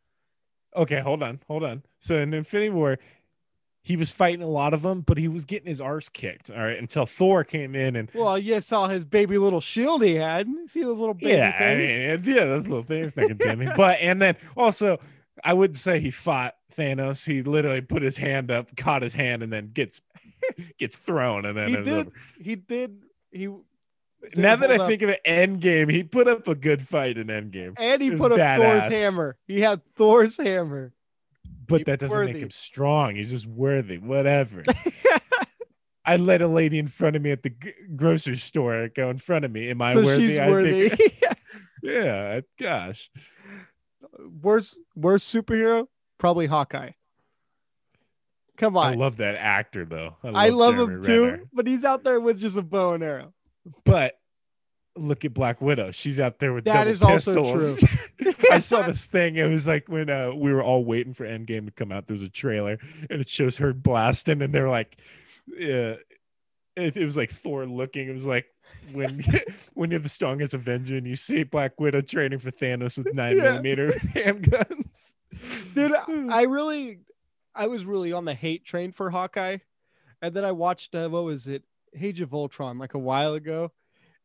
[SPEAKER 1] Okay, hold on, hold on. So in Infinity War, he was fighting a lot of them, but he was getting his arse kicked. All right, until Thor came in and
[SPEAKER 2] well, you saw his baby little shield he had. You See those little baby
[SPEAKER 1] yeah, I
[SPEAKER 2] things?
[SPEAKER 1] mean, yeah, those little things that can damn
[SPEAKER 2] <laughs>
[SPEAKER 1] me. But and then also, I wouldn't say he fought Thanos. He literally put his hand up, caught his hand, and then gets gets thrown, and then
[SPEAKER 2] he
[SPEAKER 1] it was
[SPEAKER 2] did.
[SPEAKER 1] over.
[SPEAKER 2] He did. He did
[SPEAKER 1] Now that
[SPEAKER 2] hold
[SPEAKER 1] I
[SPEAKER 2] up.
[SPEAKER 1] think of it, Endgame, he put up a good fight in Endgame,
[SPEAKER 2] and he
[SPEAKER 1] it was
[SPEAKER 2] put up
[SPEAKER 1] badass.
[SPEAKER 2] Thor's hammer. He had Thor's hammer.
[SPEAKER 1] but
[SPEAKER 2] He
[SPEAKER 1] that doesn't
[SPEAKER 2] worthy.
[SPEAKER 1] make him strong. He's just worthy,
[SPEAKER 2] <laughs>
[SPEAKER 1] whatever. I let a lady in front of me at the g- grocery store go in front of me. Am I
[SPEAKER 2] so
[SPEAKER 1] worthy?
[SPEAKER 2] she's
[SPEAKER 1] I
[SPEAKER 2] worthy.
[SPEAKER 1] Think,
[SPEAKER 2] <laughs>
[SPEAKER 1] yeah, gosh.
[SPEAKER 2] worst worst superhero probably Hawkeye. Come on.
[SPEAKER 1] I love that actor though. I love,
[SPEAKER 2] I love
[SPEAKER 1] Jeremy
[SPEAKER 2] him
[SPEAKER 1] Renner.
[SPEAKER 2] too, but he's out there with just a bow and arrow.
[SPEAKER 1] But look at Black Widow. She's out there with
[SPEAKER 2] That
[SPEAKER 1] double
[SPEAKER 2] is also
[SPEAKER 1] pistols. <laughs> I
[SPEAKER 2] <laughs>
[SPEAKER 1] saw this thing. It was like when uh, we were all waiting for Endgame to come out. There was a trailer, and it shows her blasting, and they're like, uh, it, it was like Thor looking. It was like when <laughs> when you're the strongest Avenger and you see Black Widow training for Thanos with nine
[SPEAKER 2] Yeah.
[SPEAKER 1] millimeter <laughs> handguns. <laughs>
[SPEAKER 2] dude
[SPEAKER 1] Hmm.
[SPEAKER 2] i really i was really on the hate train for hawkeye and then i watched uh, what was it age of ultron like a while ago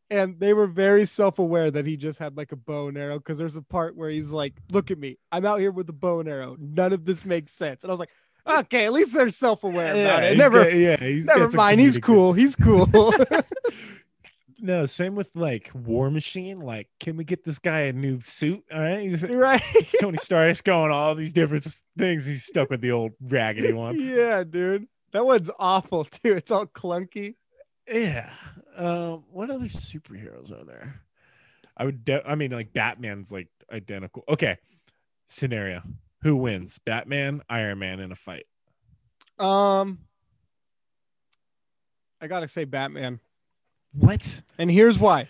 [SPEAKER 2] and they were very self-aware that he just had like a bow and arrow because there's a part where he's like look at me i'm out here with a bow and arrow none of this makes sense and i was like okay at least they're self-aware about it
[SPEAKER 1] he's
[SPEAKER 2] never
[SPEAKER 1] got- yeah, he's got
[SPEAKER 2] never
[SPEAKER 1] some
[SPEAKER 2] mind he's
[SPEAKER 1] comedic-
[SPEAKER 2] cool he's cool
[SPEAKER 1] No, same with like War Machine. Like, can we get this guy a new suit? All <laughs> right, <laughs> he's,
[SPEAKER 2] right <laughs>
[SPEAKER 1] Tony Stark's going all these different s- things. He's stuck with the old
[SPEAKER 2] <laughs>
[SPEAKER 1] raggedy one.
[SPEAKER 2] yeah dude that one's awful <laughs> too it's all clunky
[SPEAKER 1] Yeah. Um, what other superheroes are there? I would. De- I mean, like Batman's like identical. Okay. Scenario: Who wins? Batman, Iron Man in a fight.
[SPEAKER 2] um i gotta say batman
[SPEAKER 1] What?
[SPEAKER 2] And here's why.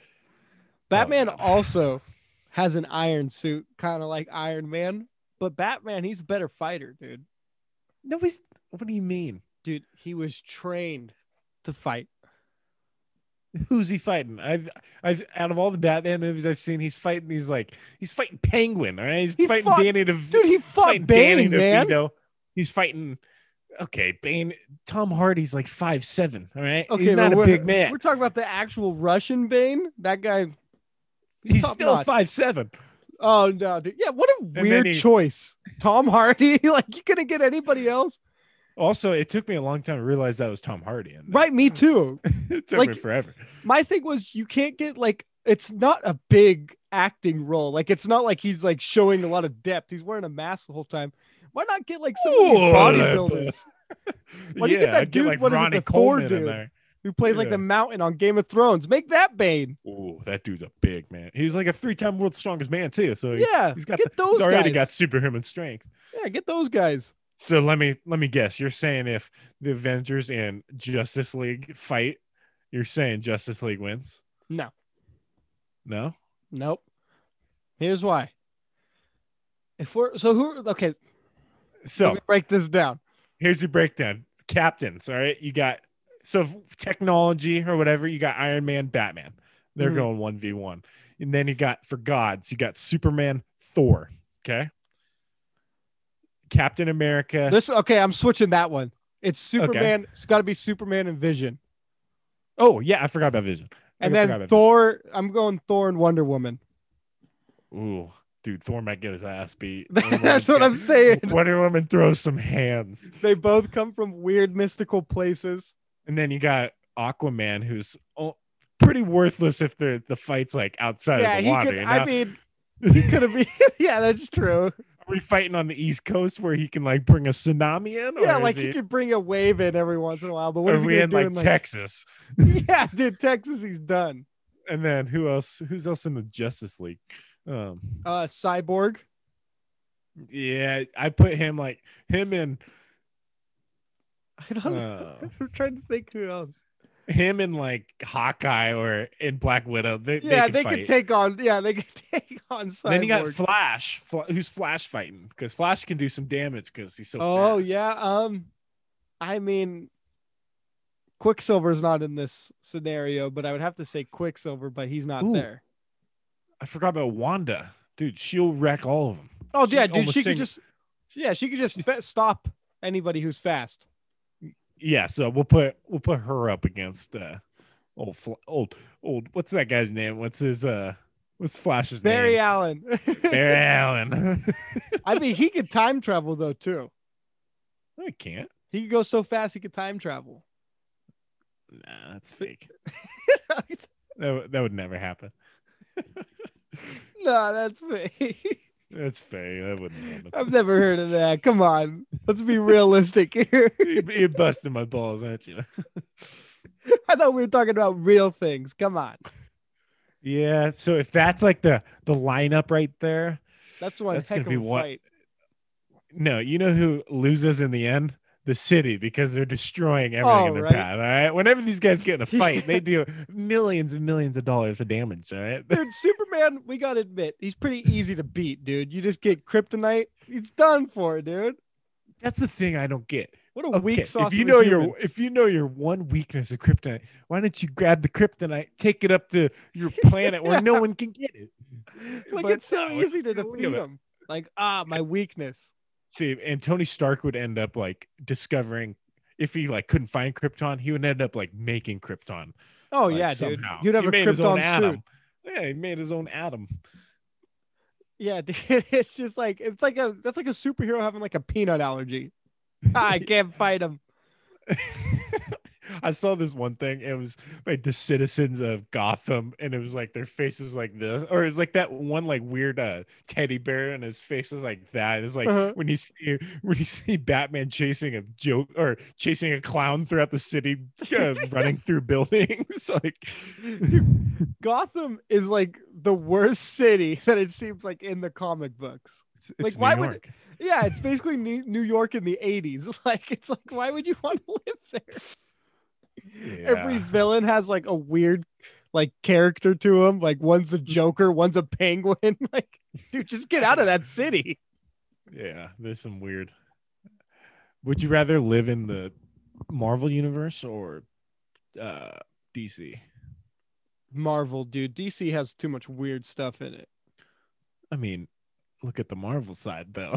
[SPEAKER 2] Batman
[SPEAKER 1] God.
[SPEAKER 2] also has an iron suit, kind of like Iron Man, but Batman, he's a better fighter, dude.
[SPEAKER 1] No, he's. What do you mean?
[SPEAKER 2] Dude, he was trained to fight.
[SPEAKER 1] Who's he fighting? I've, I've out of all the Batman movies I've seen, he's fighting these like he's fighting Penguin, all right? He's
[SPEAKER 2] He
[SPEAKER 1] fighting
[SPEAKER 2] fought-
[SPEAKER 1] Danny DeVito.
[SPEAKER 2] Dude, he
[SPEAKER 1] He's
[SPEAKER 2] fought
[SPEAKER 1] fighting
[SPEAKER 2] Bane,
[SPEAKER 1] Danny
[SPEAKER 2] man.
[SPEAKER 1] DeVito. He's fighting. Okay, Bane. Tom Hardy's like five seven. All right,
[SPEAKER 2] Okay,
[SPEAKER 1] he's
[SPEAKER 2] but
[SPEAKER 1] not a
[SPEAKER 2] we're-
[SPEAKER 1] big man.
[SPEAKER 2] We're talking about the actual Russian Bane. That guy.
[SPEAKER 1] He's,
[SPEAKER 2] top
[SPEAKER 1] still
[SPEAKER 2] notch.
[SPEAKER 1] five seven.
[SPEAKER 2] Oh no, dude. Yeah, what a
[SPEAKER 1] then
[SPEAKER 2] weird
[SPEAKER 1] he-
[SPEAKER 2] choice. Tom Hardy. <laughs> like you couldn't get anybody else.
[SPEAKER 1] Also, it took me a long time to realize that was Tom Hardy. In there.
[SPEAKER 2] Right, me too.
[SPEAKER 1] <laughs> it took me
[SPEAKER 2] like-
[SPEAKER 1] forever.
[SPEAKER 2] my thing was you can't get like it's not a big acting role. Like it's not like he's like showing a lot of depth. He's wearing a mask the whole time. Why not get like some of these
[SPEAKER 1] Ooh,
[SPEAKER 2] bodybuilders Why do you
[SPEAKER 1] yeah,
[SPEAKER 2] get that
[SPEAKER 1] I'd get
[SPEAKER 2] dude-
[SPEAKER 1] like
[SPEAKER 2] what is it,
[SPEAKER 1] Ronnie
[SPEAKER 2] the Thor
[SPEAKER 1] Coleman in
[SPEAKER 2] dude?
[SPEAKER 1] there.
[SPEAKER 2] who plays like
[SPEAKER 1] Yeah.
[SPEAKER 2] the mountain on Game of Thrones? Make that Bane.
[SPEAKER 1] Ooh, that dude's a big man. He's like a three-time world's strongest man too. So he's,
[SPEAKER 2] Yeah,
[SPEAKER 1] he's got
[SPEAKER 2] get
[SPEAKER 1] the,
[SPEAKER 2] those
[SPEAKER 1] he's already
[SPEAKER 2] guys.
[SPEAKER 1] got superhuman strength.
[SPEAKER 2] yeah, get those guys.
[SPEAKER 1] So let me let me guess. You're saying if the Avengers and Justice League fight, you're saying Justice League wins?
[SPEAKER 2] No.
[SPEAKER 1] No?
[SPEAKER 2] Nope. Here's why. If we're so who okay, let
[SPEAKER 1] So
[SPEAKER 2] me break this down.
[SPEAKER 1] here's your breakdown. Captains, all right. You got so f- technology or whatever, you got Iron Man, Batman. They're
[SPEAKER 2] Mhm.
[SPEAKER 1] going one v one. And then you got for gods, you got Superman, Thor. Okay. Captain America.
[SPEAKER 2] This okay, I'm switching that one. It's Superman. It's got to be Superman and Vision.
[SPEAKER 1] oh, yeah, I forgot about Vision. I
[SPEAKER 2] And
[SPEAKER 1] forgot about
[SPEAKER 2] then
[SPEAKER 1] Vision.
[SPEAKER 2] Thor, I'm going Thor and Wonder Woman.
[SPEAKER 1] Ooh, dude, Thor might get his ass beat. Wonder Woman's
[SPEAKER 2] <laughs> That's what I'm
[SPEAKER 1] got-
[SPEAKER 2] saying.
[SPEAKER 1] Wonder Woman throws some hands,
[SPEAKER 2] They both come from weird mystical places.
[SPEAKER 1] and then you got Aquaman, who's oh, pretty worthless if the the fight's like outside
[SPEAKER 2] yeah,
[SPEAKER 1] of
[SPEAKER 2] he
[SPEAKER 1] the water.
[SPEAKER 2] could,
[SPEAKER 1] you know? <laughs>
[SPEAKER 2] I mean, he could have been. <laughs> yeah, that's true.
[SPEAKER 1] Are we fighting on the East Coast where he can like bring a tsunami in? Or
[SPEAKER 2] Yeah,
[SPEAKER 1] is
[SPEAKER 2] like
[SPEAKER 1] he,
[SPEAKER 2] he could bring a wave in every once in a while, but what
[SPEAKER 1] are
[SPEAKER 2] is he
[SPEAKER 1] we
[SPEAKER 2] gonna
[SPEAKER 1] in
[SPEAKER 2] do
[SPEAKER 1] like,
[SPEAKER 2] in,
[SPEAKER 1] Texas?
[SPEAKER 2] <laughs> yeah, dude, Texas, he's done.
[SPEAKER 1] And then who else? Who's else in the Justice League? Um,
[SPEAKER 2] Uh, Cyborg.
[SPEAKER 1] yeah, I put him like him and
[SPEAKER 2] I don't.
[SPEAKER 1] Uh.
[SPEAKER 2] <laughs> I'm trying to think who else.
[SPEAKER 1] him and like Hawkeye or in Black Widow. They,
[SPEAKER 2] yeah,
[SPEAKER 1] they
[SPEAKER 2] they
[SPEAKER 1] can fight.
[SPEAKER 2] could take on. Yeah, they could <laughs> take on Cyborg.
[SPEAKER 1] Then you got Flash, Fla- who's Flash fighting because Flash can do some damage because he's so.
[SPEAKER 2] oh
[SPEAKER 1] fast.
[SPEAKER 2] yeah. Um, I mean, Quicksilver's not in this scenario, but I would have to say Quicksilver, but he's not
[SPEAKER 1] Ooh.
[SPEAKER 2] there.
[SPEAKER 1] I forgot about Wanda, dude. She'll wreck all of them.
[SPEAKER 2] Oh
[SPEAKER 1] She
[SPEAKER 2] yeah, dude,
[SPEAKER 1] almost
[SPEAKER 2] she
[SPEAKER 1] sing-
[SPEAKER 2] could just. Yeah, she
[SPEAKER 1] <laughs>
[SPEAKER 2] could just fa- stop anybody who's fast.
[SPEAKER 1] Yeah, so we'll put we'll put her up against uh old Fla- old old. What's that guy's name? What's his uh? What's Flash's
[SPEAKER 2] Barry
[SPEAKER 1] name?
[SPEAKER 2] Allen.
[SPEAKER 1] Barry Allen.
[SPEAKER 2] <laughs>
[SPEAKER 1] <laughs>
[SPEAKER 2] I mean, he could time travel though too.
[SPEAKER 1] I can't.
[SPEAKER 2] He could go so fast he could time travel. <laughs>
[SPEAKER 1] Nah, that's fake. That, w- that would never happen.
[SPEAKER 2] no, that's me. <laughs>
[SPEAKER 1] That's fake. That wouldn't happen.
[SPEAKER 2] I've never heard of that. Come on, let's be realistic
[SPEAKER 1] <laughs>
[SPEAKER 2] here.
[SPEAKER 1] you, you're busting my balls, aren't you?
[SPEAKER 2] <laughs> I thought we were talking about real things. Come on,
[SPEAKER 1] Yeah. So if that's like the the lineup right there,
[SPEAKER 2] that's one
[SPEAKER 1] That's
[SPEAKER 2] heck
[SPEAKER 1] gonna
[SPEAKER 2] of
[SPEAKER 1] be
[SPEAKER 2] a
[SPEAKER 1] one-
[SPEAKER 2] fight.
[SPEAKER 1] no, you know who loses in the end? The city because they're destroying everything in
[SPEAKER 2] Oh,
[SPEAKER 1] their
[SPEAKER 2] right.
[SPEAKER 1] path. All right. Whenever these guys get in a
[SPEAKER 2] <laughs>
[SPEAKER 1] fight, they do millions and millions of dollars of damage. All right. <laughs>
[SPEAKER 2] Dude, Superman, we gotta admit, he's pretty easy to beat, dude. You just get kryptonite, he's done for, dude.
[SPEAKER 1] That's the thing I don't get.
[SPEAKER 2] What a
[SPEAKER 1] Okay,
[SPEAKER 2] weak sauce.
[SPEAKER 1] if you
[SPEAKER 2] of a
[SPEAKER 1] know
[SPEAKER 2] human.
[SPEAKER 1] your if you know your one weakness of kryptonite, why don't you grab the kryptonite, take it up to your planet where no one can get it?
[SPEAKER 2] <laughs> like
[SPEAKER 1] But
[SPEAKER 2] it's so
[SPEAKER 1] no,
[SPEAKER 2] easy to
[SPEAKER 1] you look at
[SPEAKER 2] defeat
[SPEAKER 1] it.
[SPEAKER 2] him. Like, ah, my weakness.
[SPEAKER 1] See, and Tony Stark would end up like discovering if he like couldn't find Krypton, he would end up like making Krypton.
[SPEAKER 2] Oh
[SPEAKER 1] like,
[SPEAKER 2] yeah,
[SPEAKER 1] somehow.
[SPEAKER 2] dude. You'd have
[SPEAKER 1] He
[SPEAKER 2] a
[SPEAKER 1] made his own
[SPEAKER 2] krypton suit.
[SPEAKER 1] atom. Yeah, he made his own atom.
[SPEAKER 2] Yeah, <laughs> dude, it's just like it's like a that's like a superhero having like a peanut allergy. <laughs> I can't fight him.
[SPEAKER 1] <laughs> I saw this one thing. It was like the citizens of Gotham, and it was like their faces like this, or it was like that one like weird uh, teddy bear, and his face is like that. It's like
[SPEAKER 2] Uh-huh.
[SPEAKER 1] when you see when you see Batman chasing a joke or chasing a clown throughout the city,
[SPEAKER 2] <laughs>
[SPEAKER 1] uh, running through buildings. <laughs> Like,
[SPEAKER 2] Gotham is like the worst city <laughs> that it seems like in the comic books.
[SPEAKER 1] it's,
[SPEAKER 2] Like,
[SPEAKER 1] it's
[SPEAKER 2] why
[SPEAKER 1] New
[SPEAKER 2] would-
[SPEAKER 1] York.
[SPEAKER 2] Yeah, it's basically New New York in the 80s. <laughs> Like it's like why would you want to live there? Every
[SPEAKER 1] Yeah.
[SPEAKER 2] villain has like a weird like character to him. Like one's a Joker, one's a penguin. <laughs> Like dude, just get out of <laughs> that city.
[SPEAKER 1] Yeah, there's some weird. Would you rather live in the Marvel universe or uh DC?
[SPEAKER 2] Marvel, dude. DC has too much weird stuff in it.
[SPEAKER 1] I mean, look at the Marvel side
[SPEAKER 2] <laughs>
[SPEAKER 1] though.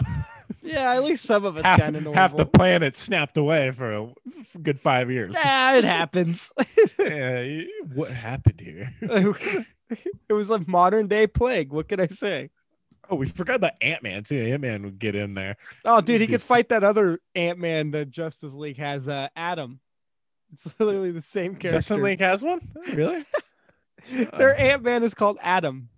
[SPEAKER 2] Yeah, at least some of it's
[SPEAKER 1] half,
[SPEAKER 2] kind of normal.
[SPEAKER 1] half
[SPEAKER 2] <laughs>
[SPEAKER 1] the planet snapped away for a for a good five years.
[SPEAKER 2] Nah, it <laughs> happens.
[SPEAKER 1] <laughs> Yeah, you- what happened here? <laughs>
[SPEAKER 2] it was like modern day plague. What can I say?
[SPEAKER 1] Oh, we forgot about Ant Man too. Ant Man would get in there.
[SPEAKER 2] Oh, dude, he could
[SPEAKER 1] Decent.
[SPEAKER 2] fight that other Ant Man that Justice League has. Uh, Adam. It's <laughs> literally the same character.
[SPEAKER 1] Justin Link has one. Really?
[SPEAKER 2] Their Ant Man is called Adam.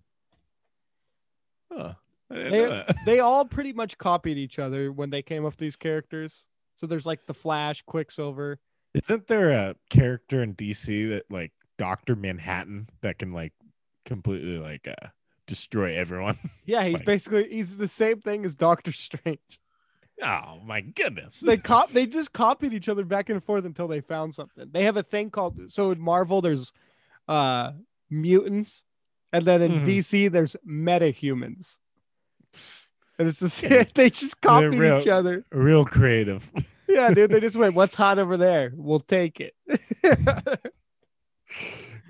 [SPEAKER 1] Huh. I didn't
[SPEAKER 2] They-
[SPEAKER 1] know that. <laughs>
[SPEAKER 2] They all pretty much copied each other when they came up with these characters. So there's like the Flash, Quicksilver.
[SPEAKER 1] Isn't there a character in DC that like Doctor Manhattan that can like completely like uh destroy everyone? <laughs>
[SPEAKER 2] Yeah, he's
[SPEAKER 1] Right.
[SPEAKER 2] basically he's the same thing as Doctor Strange. <laughs>
[SPEAKER 1] oh my goodness!
[SPEAKER 2] they cop they just copied each other back and forth until they found something. They have a thing called so in Marvel there's uh mutants and then in
[SPEAKER 1] Mhm.
[SPEAKER 2] DC there's
[SPEAKER 1] <laughs>
[SPEAKER 2] metahumans. And it's the same <laughs> they just
[SPEAKER 1] They're
[SPEAKER 2] copied
[SPEAKER 1] real-
[SPEAKER 2] each other.
[SPEAKER 1] Real creative.
[SPEAKER 2] Yeah, dude, they just went, What's hot over there? We'll take it.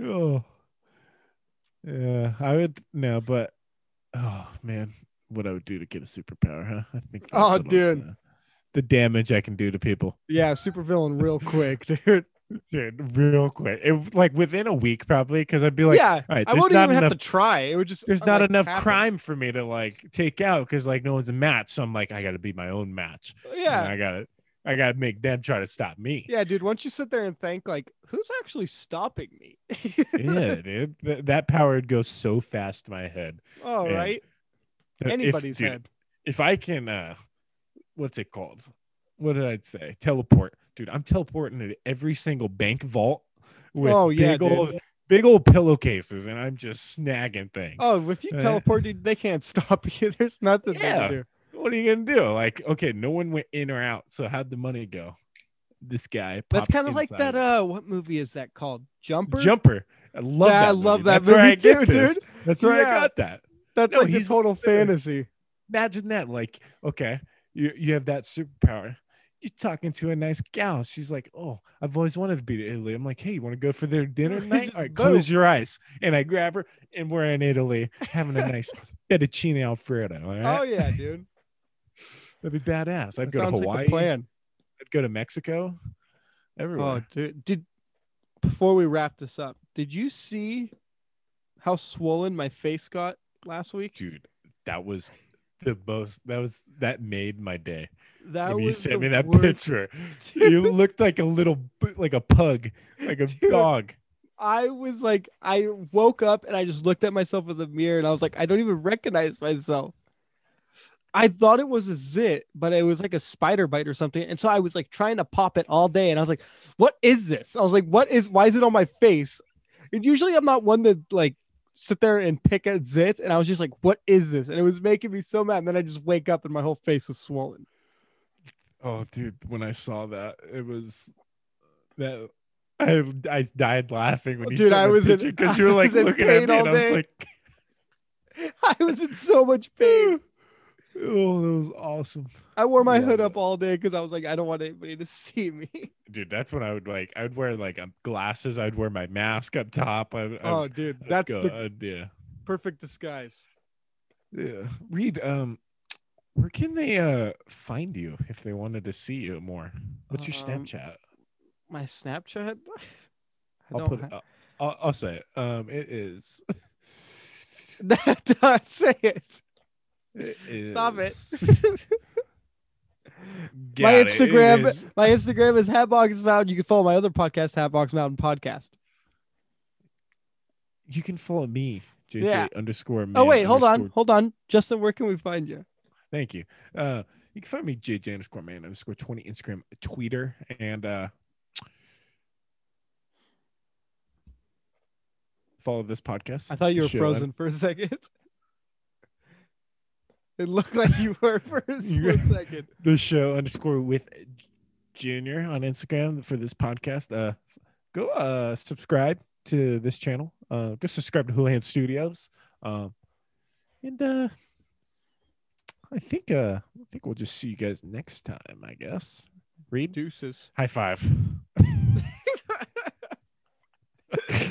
[SPEAKER 1] oh. Yeah, I would no, but oh man, what I would do to get a superpower, huh? I think. that's
[SPEAKER 2] Oh,
[SPEAKER 1] what I would
[SPEAKER 2] dude.
[SPEAKER 1] say. the damage I can do to people.
[SPEAKER 2] yeah, supervillain real quick, <laughs> dude.
[SPEAKER 1] dude, real quick. It, like within a week, probably, because I'd be like,
[SPEAKER 2] yeah,
[SPEAKER 1] all right,
[SPEAKER 2] I
[SPEAKER 1] there's
[SPEAKER 2] wouldn't
[SPEAKER 1] not
[SPEAKER 2] even have
[SPEAKER 1] enough.
[SPEAKER 2] to try. It would just
[SPEAKER 1] There's
[SPEAKER 2] uh,
[SPEAKER 1] not
[SPEAKER 2] like,
[SPEAKER 1] enough
[SPEAKER 2] happen.
[SPEAKER 1] crime for me to like take out because like no one's a match. So I'm like, I gotta be my own match. And
[SPEAKER 2] Yeah,
[SPEAKER 1] I gotta, I gotta make them try to stop me.
[SPEAKER 2] yeah, dude. Once you sit there and think, like, who's actually stopping me? <laughs>
[SPEAKER 1] yeah, dude. Th- that power would go so fast to my head.
[SPEAKER 2] All
[SPEAKER 1] Yeah.
[SPEAKER 2] right,
[SPEAKER 1] If-
[SPEAKER 2] anybody's
[SPEAKER 1] dude,
[SPEAKER 2] head.
[SPEAKER 1] If I can, uh, what's it called? What did I say? Teleport, dude. I'm teleporting to every single bank vault with
[SPEAKER 2] Oh, yeah,
[SPEAKER 1] big
[SPEAKER 2] dude.
[SPEAKER 1] old, big old pillowcases, and I'm just snagging things.
[SPEAKER 2] Oh, if you
[SPEAKER 1] Uh,
[SPEAKER 2] teleport, dude, they can't <laughs> stop you. There's nothing they
[SPEAKER 1] Yeah.
[SPEAKER 2] can do.
[SPEAKER 1] What are you gonna do? Like, okay, no one went in or out, so how'd the money go? This guy.
[SPEAKER 2] That's
[SPEAKER 1] popped
[SPEAKER 2] kind of like
[SPEAKER 1] inside.
[SPEAKER 2] that. Uh, what movie is that called? Jumper.
[SPEAKER 1] jumper. I love
[SPEAKER 2] Yeah,
[SPEAKER 1] that.
[SPEAKER 2] I love
[SPEAKER 1] movie.
[SPEAKER 2] that
[SPEAKER 1] That's where
[SPEAKER 2] movie
[SPEAKER 1] I get
[SPEAKER 2] too,
[SPEAKER 1] this.
[SPEAKER 2] dude.
[SPEAKER 1] That's where
[SPEAKER 2] Yeah.
[SPEAKER 1] I got that.
[SPEAKER 2] That's
[SPEAKER 1] No,
[SPEAKER 2] like the
[SPEAKER 1] he's-
[SPEAKER 2] total fantasy.
[SPEAKER 1] imagine that like okay you, you have that superpower you're talking to a nice gal she's like oh i've always wanted to be to italy i'm like hey you want to go for their
[SPEAKER 2] <laughs>
[SPEAKER 1] dinner tonight all right close your eyes and i grab her and we're in italy having
[SPEAKER 2] <laughs>
[SPEAKER 1] a nice fettuccine alfredo all right
[SPEAKER 2] Oh yeah, dude.
[SPEAKER 1] that'd be badass i'd
[SPEAKER 2] That
[SPEAKER 1] go to
[SPEAKER 2] sounds
[SPEAKER 1] hawaii
[SPEAKER 2] Like a plan.
[SPEAKER 1] i'd go to mexico everywhere
[SPEAKER 2] Oh, dude. Did before we wrap this up, did you see how swollen my face got last week?
[SPEAKER 1] dude that was the most that was that made my day
[SPEAKER 2] That
[SPEAKER 1] when
[SPEAKER 2] was
[SPEAKER 1] you sent
[SPEAKER 2] the
[SPEAKER 1] me that
[SPEAKER 2] worst-
[SPEAKER 1] picture
[SPEAKER 2] <laughs> Dude,
[SPEAKER 1] you looked like a little like a pug like a
[SPEAKER 2] Dude.
[SPEAKER 1] dog
[SPEAKER 2] I was like, I woke up and I just looked at myself in the mirror and I was like, I don't even recognize myself. I thought it was a zit, but it was like a spider bite or something. And so I was like trying to pop it all day. And I was like, what is this? I was like, what is, why is it on my face? And usually I'm not one to like sit there and pick at zits. And I was just like, what is this? And it was making me so mad. And then I just wake up and my whole face was swollen. <laughs>
[SPEAKER 1] Oh, dude, when I saw that, it was that I I died laughing when you
[SPEAKER 2] Dude,
[SPEAKER 1] said
[SPEAKER 2] I was in-
[SPEAKER 1] because
[SPEAKER 2] <laughs> I
[SPEAKER 1] you were like
[SPEAKER 2] was in
[SPEAKER 1] looking at
[SPEAKER 2] pain
[SPEAKER 1] me, and
[SPEAKER 2] all
[SPEAKER 1] I was
[SPEAKER 2] day.
[SPEAKER 1] like,
[SPEAKER 2] I was in so much pain.
[SPEAKER 1] "Oh, that was awesome,
[SPEAKER 2] I wore my
[SPEAKER 1] Love
[SPEAKER 2] hood
[SPEAKER 1] it.
[SPEAKER 2] up all day because I was like, I don't want anybody to <laughs> see me.
[SPEAKER 1] dude." That's when I would like I would wear like um, glasses, I'd wear my mask up top. I, I,
[SPEAKER 2] Oh, dude, that's the
[SPEAKER 1] yeah,
[SPEAKER 2] perfect disguise.
[SPEAKER 1] yeah. Reed, um, where can they uh find you if they wanted to see you more? What's your
[SPEAKER 2] Um,
[SPEAKER 1] Snapchat?
[SPEAKER 2] My Snapchat. <laughs> I
[SPEAKER 1] I'll
[SPEAKER 2] don't
[SPEAKER 1] put it.
[SPEAKER 2] ha-
[SPEAKER 1] I'll, I'll, I'll say it. Um, it is. <laughs>
[SPEAKER 2] That- <laughs> don't say it.
[SPEAKER 1] it
[SPEAKER 2] Stop <laughs>
[SPEAKER 1] is- <laughs>
[SPEAKER 2] it.
[SPEAKER 1] Got it. It
[SPEAKER 2] Instagram-
[SPEAKER 1] is-
[SPEAKER 2] my Instagram is Hatbox Mountain. You can follow my other podcast, Hatbox Mountain Podcast.
[SPEAKER 1] you can follow me, JJ
[SPEAKER 2] Yeah.
[SPEAKER 1] underscore.
[SPEAKER 2] oh
[SPEAKER 1] man
[SPEAKER 2] wait, hold on,
[SPEAKER 1] underscore-
[SPEAKER 2] hold on, Justin. Where can we find you?
[SPEAKER 1] Thank you. Uh, you can find me JJ underscore man underscore twenty Instagram, Twitter, and uh, follow this podcast.
[SPEAKER 2] I thought you
[SPEAKER 1] the
[SPEAKER 2] were
[SPEAKER 1] show,
[SPEAKER 2] frozen for a second. <laughs> It looked like you were <laughs> for a
[SPEAKER 1] <laughs> You-
[SPEAKER 2] split second.
[SPEAKER 1] and- The show underscore with Junior on Instagram for this podcast. Uh, go uh subscribe to this channel. Uh, go subscribe to Houlihan Studios. Um, and uh, I think uh, I think we'll just see you guys next time. I guess. Read
[SPEAKER 2] Deuces.
[SPEAKER 1] high five.